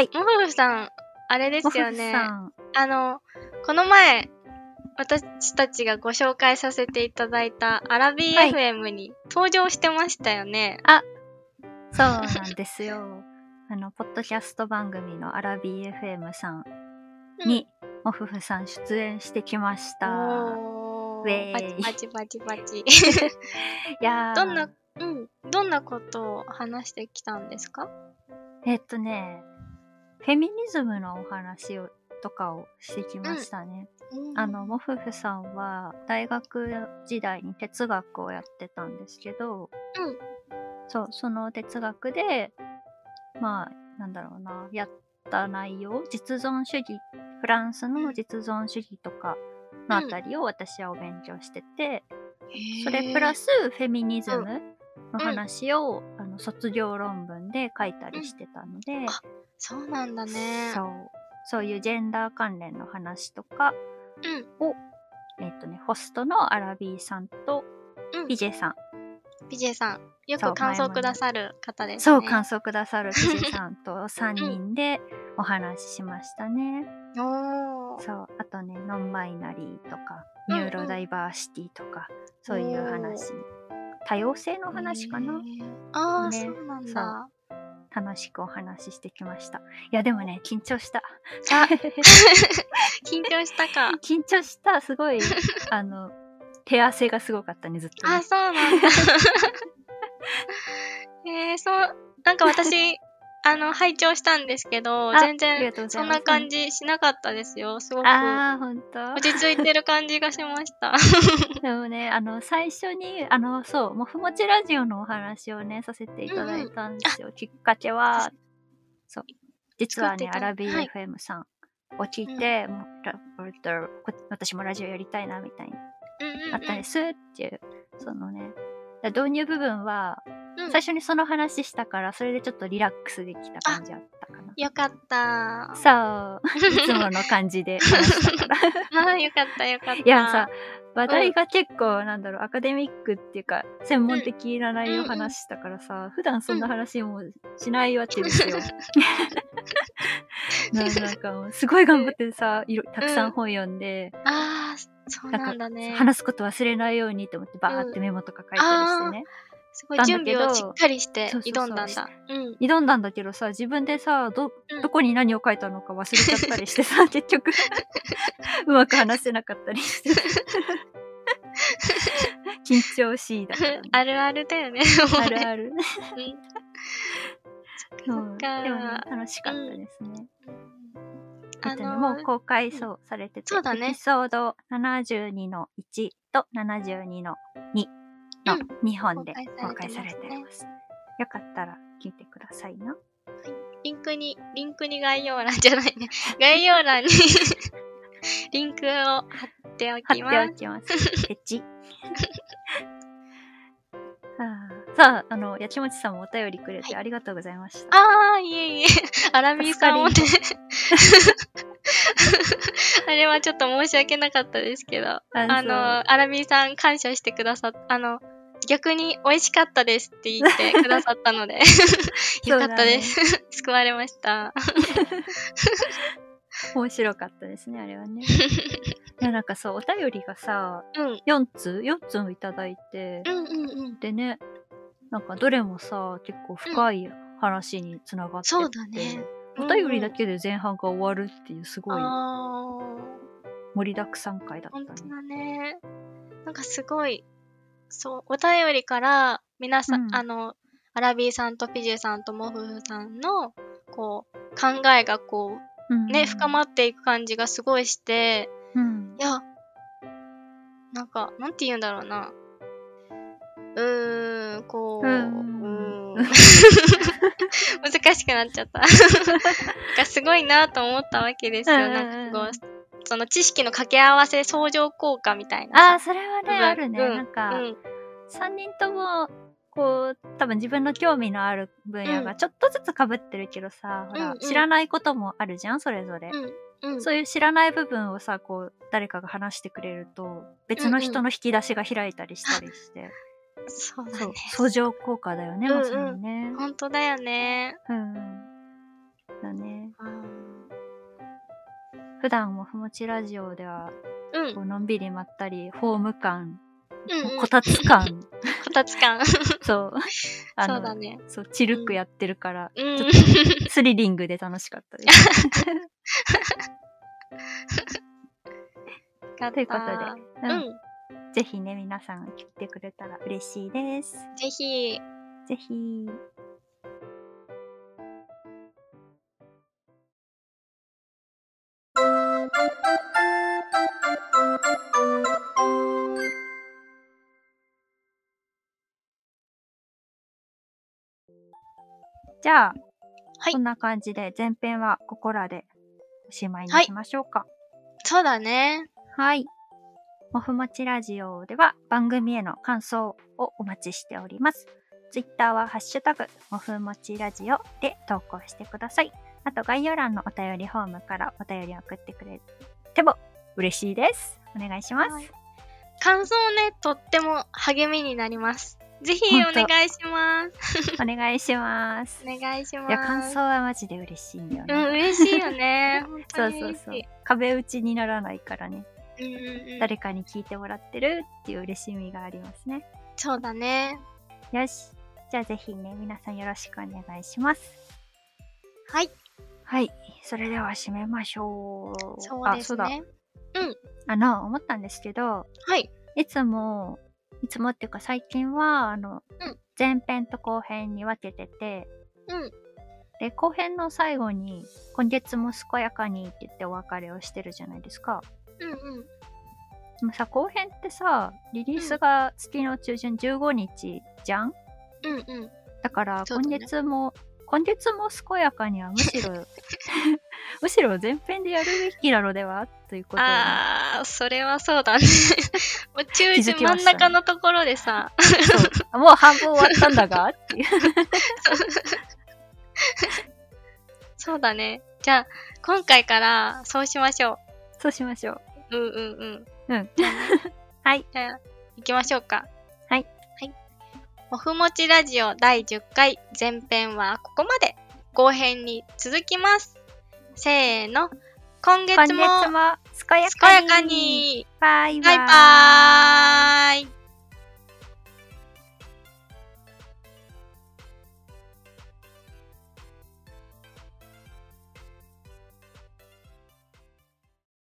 [SPEAKER 1] いもふふさんあれです
[SPEAKER 2] モフ
[SPEAKER 1] よ
[SPEAKER 2] フ
[SPEAKER 1] ね
[SPEAKER 2] さん、
[SPEAKER 1] あの、この前、私たちがご紹介させていただいたアラビ
[SPEAKER 2] はい
[SPEAKER 1] ー FM に登場してましたよね。
[SPEAKER 2] そうなんですよ。あの、ポッドキャスト番組のアラビー FM さんに、モフフさん出演してきました。
[SPEAKER 1] お
[SPEAKER 2] ウェ
[SPEAKER 1] ー
[SPEAKER 2] イ
[SPEAKER 1] パチパチパチパ チ。
[SPEAKER 2] いやー
[SPEAKER 1] どんな、うん、どんなことを話してきたんですか
[SPEAKER 2] えっとね、フェミニズムのお話をとかをしてきましたね。あ、の、モフフさんは大学時代に哲学をやってたんですけど、
[SPEAKER 1] うん
[SPEAKER 2] そう、その哲学で、まあ、なんだろうな、やった内容、実存主義、フランスの実存主義とかのあたりを私はお勉強してて、それプラ
[SPEAKER 1] ス、
[SPEAKER 2] スフェミニズ
[SPEAKER 1] う
[SPEAKER 2] ムの話を、あの卒業論文で書いたりしてたので、
[SPEAKER 1] あそうなんだね。
[SPEAKER 2] そうそういうジェンダー関連の話とか、を、えっ、とね、ホストのアラビーさんと
[SPEAKER 1] うん
[SPEAKER 2] ピジェさん、
[SPEAKER 1] PJ さん、よ
[SPEAKER 2] そ
[SPEAKER 1] く
[SPEAKER 2] う
[SPEAKER 1] 感
[SPEAKER 2] 前
[SPEAKER 1] 想
[SPEAKER 2] も
[SPEAKER 1] くださる方ですね。
[SPEAKER 2] そう感想くださるピジェさんと3人でお話ししましたね。
[SPEAKER 1] おー
[SPEAKER 2] そうあとねノンマイナリーとか
[SPEAKER 1] うん
[SPEAKER 2] ニ
[SPEAKER 1] うん
[SPEAKER 2] ューロダイバーシティとか、そういう話多様性の話かな、
[SPEAKER 1] へーああ、
[SPEAKER 2] ね
[SPEAKER 1] そうなんだ。
[SPEAKER 2] 楽しくお話ししてきましたいやでもね緊張した
[SPEAKER 1] あ 緊張したか。
[SPEAKER 2] 緊張したす ごいあの手汗がすごかったねずっとね、
[SPEAKER 1] あ、そうなん だ。えー、そう、なんか私、 あの、拝聴したんですけど、
[SPEAKER 2] あ
[SPEAKER 1] 全
[SPEAKER 2] あり
[SPEAKER 1] 然
[SPEAKER 2] がとうござ
[SPEAKER 1] そ
[SPEAKER 2] い
[SPEAKER 1] ん
[SPEAKER 2] ます
[SPEAKER 1] な感じしなかったですよ。すごく落
[SPEAKER 2] ああ本当
[SPEAKER 1] ち着いてる感じがしま した。
[SPEAKER 2] でもねあの最初にあのそうもふもちラジオのお話をねさせていただいたんですよ、きっかけはそう実は
[SPEAKER 1] 作って
[SPEAKER 2] ね
[SPEAKER 1] いた
[SPEAKER 2] アラビ
[SPEAKER 1] は
[SPEAKER 2] ー
[SPEAKER 1] い
[SPEAKER 2] FM さんを聞いて、もうララこ私もラジオやりたいなみたいに
[SPEAKER 1] うんうんうん
[SPEAKER 2] あったんですっていう、そのねだ導入部分は
[SPEAKER 1] うん
[SPEAKER 2] 最初にその話したから、それでちょっとリラックスできた感じあったかな
[SPEAKER 1] よかった。
[SPEAKER 2] そういつもの感じで話したか ら
[SPEAKER 1] ああ、よかったよかった。
[SPEAKER 2] いやさ、話題が結構、なんだろうアカデミックっていうか専門的な内容を話したからさ、普段そんな話もしないわけですよ。ななんかもうすごい頑張ってさいろたくさん本読んで、
[SPEAKER 1] ああ、そうなんだね。
[SPEAKER 2] 話すこと忘れないようにと思ってバーってメモとか書いたりしてね、
[SPEAKER 1] すごい準備
[SPEAKER 2] なん
[SPEAKER 1] を
[SPEAKER 2] だけ
[SPEAKER 1] し
[SPEAKER 2] ど
[SPEAKER 1] っかりして
[SPEAKER 2] そうそうそう
[SPEAKER 1] 挑んだんだ。うん。
[SPEAKER 2] 挑んだんだけどさ自分でさど
[SPEAKER 1] うん
[SPEAKER 2] どこに何を書いたのか忘れちゃったりしてさ結局うまく話せなかったりして緊張しいだから、ね
[SPEAKER 1] 、あるあるだ よね。
[SPEAKER 2] あるある。
[SPEAKER 1] もうね
[SPEAKER 2] う
[SPEAKER 1] そ
[SPEAKER 2] ん
[SPEAKER 1] っ
[SPEAKER 2] で
[SPEAKER 1] か
[SPEAKER 2] もね、楽しかったですね。あ
[SPEAKER 1] あ
[SPEAKER 2] と
[SPEAKER 1] の
[SPEAKER 2] ね、
[SPEAKER 1] ー
[SPEAKER 2] もう公開そうされてて、
[SPEAKER 1] そうだね
[SPEAKER 2] エピソード72の1と72の2の2本で
[SPEAKER 1] うん
[SPEAKER 2] 公開されてい
[SPEAKER 1] 公開されて
[SPEAKER 2] ま。
[SPEAKER 1] ます
[SPEAKER 2] よかったら聞いてくださいな。
[SPEAKER 1] リンクに、リンクに概要欄じゃ ないね。概要欄に リンクを貼ってお
[SPEAKER 2] 貼っ
[SPEAKER 1] き
[SPEAKER 2] て
[SPEAKER 1] ま
[SPEAKER 2] お
[SPEAKER 1] す。
[SPEAKER 2] きます。エッチ。 あーさあ、あの、やちもちさんもお便りくれて
[SPEAKER 1] は
[SPEAKER 2] ありがとうございました。
[SPEAKER 1] ああ、いえい え。アラミーさんもね。 あれはちょっと申し訳なかったですけど。あの、アラミーさん感謝してくださっあの、逆に美味しかったですって言ってくださったので、よかったです。 救われました。
[SPEAKER 2] そう面白かったですね、あれ はね。いや、なんかそう、お便りがさ、
[SPEAKER 1] うん。
[SPEAKER 2] 4通 ?4 通もいただいて、
[SPEAKER 1] うんうんうん。
[SPEAKER 2] でね、なんかどれもさ、結構深い話につながってて、
[SPEAKER 1] そうだね。
[SPEAKER 2] お便りだけで前半が終わるっていうすごい
[SPEAKER 1] あ
[SPEAKER 2] 盛りだくさん回だ
[SPEAKER 1] あ、
[SPEAKER 2] っ
[SPEAKER 1] 本
[SPEAKER 2] た
[SPEAKER 1] 当
[SPEAKER 2] ね。
[SPEAKER 1] だね。なんかすごい、そう、お便りから、皆さん、
[SPEAKER 2] うん
[SPEAKER 1] あの、アラビーさんとピジュさんとモフフさんの、こう、考えがこう、ね、深ま
[SPEAKER 2] っ
[SPEAKER 1] っていく感じがすごいして、
[SPEAKER 2] うん
[SPEAKER 1] いや、なんか、なんて言うんだろうな。うーん、こう、
[SPEAKER 2] う
[SPEAKER 1] う
[SPEAKER 2] ーん
[SPEAKER 1] ーん。難しくなっちゃった。がすごいなと思ったわけですよ。
[SPEAKER 2] うんうんうん
[SPEAKER 1] なんかすごい、その知識の掛け合わせ、相乗効果みたい
[SPEAKER 2] あ
[SPEAKER 1] な
[SPEAKER 2] あ、
[SPEAKER 1] さ。
[SPEAKER 2] それはね、
[SPEAKER 1] うん
[SPEAKER 2] あるね。
[SPEAKER 1] うん
[SPEAKER 2] なんか、
[SPEAKER 1] うん、
[SPEAKER 2] 3人とも、こう、多分自分の興味のある分野
[SPEAKER 1] う
[SPEAKER 2] が
[SPEAKER 1] ん
[SPEAKER 2] ちょっとずつ被ってるけどさ、ほら、
[SPEAKER 1] うんうん
[SPEAKER 2] 知らないこともあるじゃん、それぞれ。
[SPEAKER 1] うん、うん。
[SPEAKER 2] そういう知らない部分をさ、こう、誰かが話してくれると、別の人の引き出しが開いたりしたりして。
[SPEAKER 1] そうだ
[SPEAKER 2] そう
[SPEAKER 1] ね。、
[SPEAKER 2] 相乗効果だよね、
[SPEAKER 1] うんうん
[SPEAKER 2] まさにね。
[SPEAKER 1] 本当だよね。
[SPEAKER 2] うん。だね。
[SPEAKER 1] うん。
[SPEAKER 2] 普段もふもちラジオでは、
[SPEAKER 1] うん
[SPEAKER 2] こうのんびりまったり、ホーム感、
[SPEAKER 1] うん。
[SPEAKER 2] こたつ感、
[SPEAKER 1] こたつ感。
[SPEAKER 2] そう、あ
[SPEAKER 1] そうだ
[SPEAKER 2] の、
[SPEAKER 1] ね。
[SPEAKER 2] そう、チルくやってるから、
[SPEAKER 1] うん
[SPEAKER 2] ちょ。っとスリリングで楽しかったです。ということで、
[SPEAKER 1] う
[SPEAKER 2] うん
[SPEAKER 1] ん。
[SPEAKER 2] ぜひね、皆さん来てくれたら嬉しいです。
[SPEAKER 1] ぜひ、
[SPEAKER 2] ぜひ。じゃあ、
[SPEAKER 1] はい
[SPEAKER 2] こんな感じで前編はここらでおしまいに
[SPEAKER 1] はい
[SPEAKER 2] しましょうか。
[SPEAKER 1] そうだね。
[SPEAKER 2] はい。もふもちラジオでは番組への感想をお待ちしております。ツイッターはハッシュタグ、もふもちラジオで投稿してください。あと概要欄のお便りフォームからお便りを送ってくれても嬉しいです。お願いします。
[SPEAKER 1] 感想ね、とっても励みになります。ぜひお願いします。
[SPEAKER 2] お願いします。
[SPEAKER 1] お願いします。
[SPEAKER 2] いや、感想はマジで嬉しいんだよ
[SPEAKER 1] うん、
[SPEAKER 2] ね。
[SPEAKER 1] 嬉しいよ ね。本
[SPEAKER 2] そ
[SPEAKER 1] 当
[SPEAKER 2] う
[SPEAKER 1] に
[SPEAKER 2] そう
[SPEAKER 1] 嬉し
[SPEAKER 2] そう
[SPEAKER 1] い。。
[SPEAKER 2] 壁打ちにならないからね。
[SPEAKER 1] うんうんうん
[SPEAKER 2] 誰かに聞いてもらってるっていう嬉しみがありますね。
[SPEAKER 1] そうだね。
[SPEAKER 2] よし。じゃあぜひね、皆さんよろしくお願いします。
[SPEAKER 1] はい。
[SPEAKER 2] はい。それでは締めましょう。
[SPEAKER 1] そうで
[SPEAKER 2] あ、
[SPEAKER 1] す
[SPEAKER 2] そうだ。
[SPEAKER 1] ね。
[SPEAKER 2] あの、思ったんですけど、
[SPEAKER 1] はい。
[SPEAKER 2] いつも、いつもっていうか最近は、あの、
[SPEAKER 1] うん
[SPEAKER 2] 前編と後編に分けてて、
[SPEAKER 1] うん。
[SPEAKER 2] で、後編の最後に、今月も健やかにって言ってお別れをしてるじゃないですか。
[SPEAKER 1] うんうん。
[SPEAKER 2] でもさ、後編ってさ、リリースが月の中旬15日じゃん
[SPEAKER 1] うんうん。
[SPEAKER 2] だから
[SPEAKER 1] そう
[SPEAKER 2] 今
[SPEAKER 1] だね
[SPEAKER 2] 月も、今月も健やかにはむ しろむしろ前編でやるべきなのではということをね
[SPEAKER 1] あー、それはそうだね。 もう中
[SPEAKER 2] 気
[SPEAKER 1] 心
[SPEAKER 2] づきま
[SPEAKER 1] 真ん
[SPEAKER 2] したね
[SPEAKER 1] 中のところでさ、
[SPEAKER 2] そうもう半分終わったん だがっていう
[SPEAKER 1] そうだね。じゃあ、今回からそうしましょ
[SPEAKER 2] そうしましょ
[SPEAKER 1] う。
[SPEAKER 2] う
[SPEAKER 1] うんうんうん。
[SPEAKER 2] うんはい
[SPEAKER 1] じゃあ、行きましょうか。
[SPEAKER 2] はい。
[SPEAKER 1] はい。もふもちラジオ第10回前編はここまで。後編に続きます。せーの。今
[SPEAKER 2] 今
[SPEAKER 1] 月
[SPEAKER 2] 月
[SPEAKER 1] も
[SPEAKER 2] も健やかに
[SPEAKER 1] 健やかに。
[SPEAKER 2] バイバ
[SPEAKER 1] バイバ
[SPEAKER 2] ーイ
[SPEAKER 1] ーイ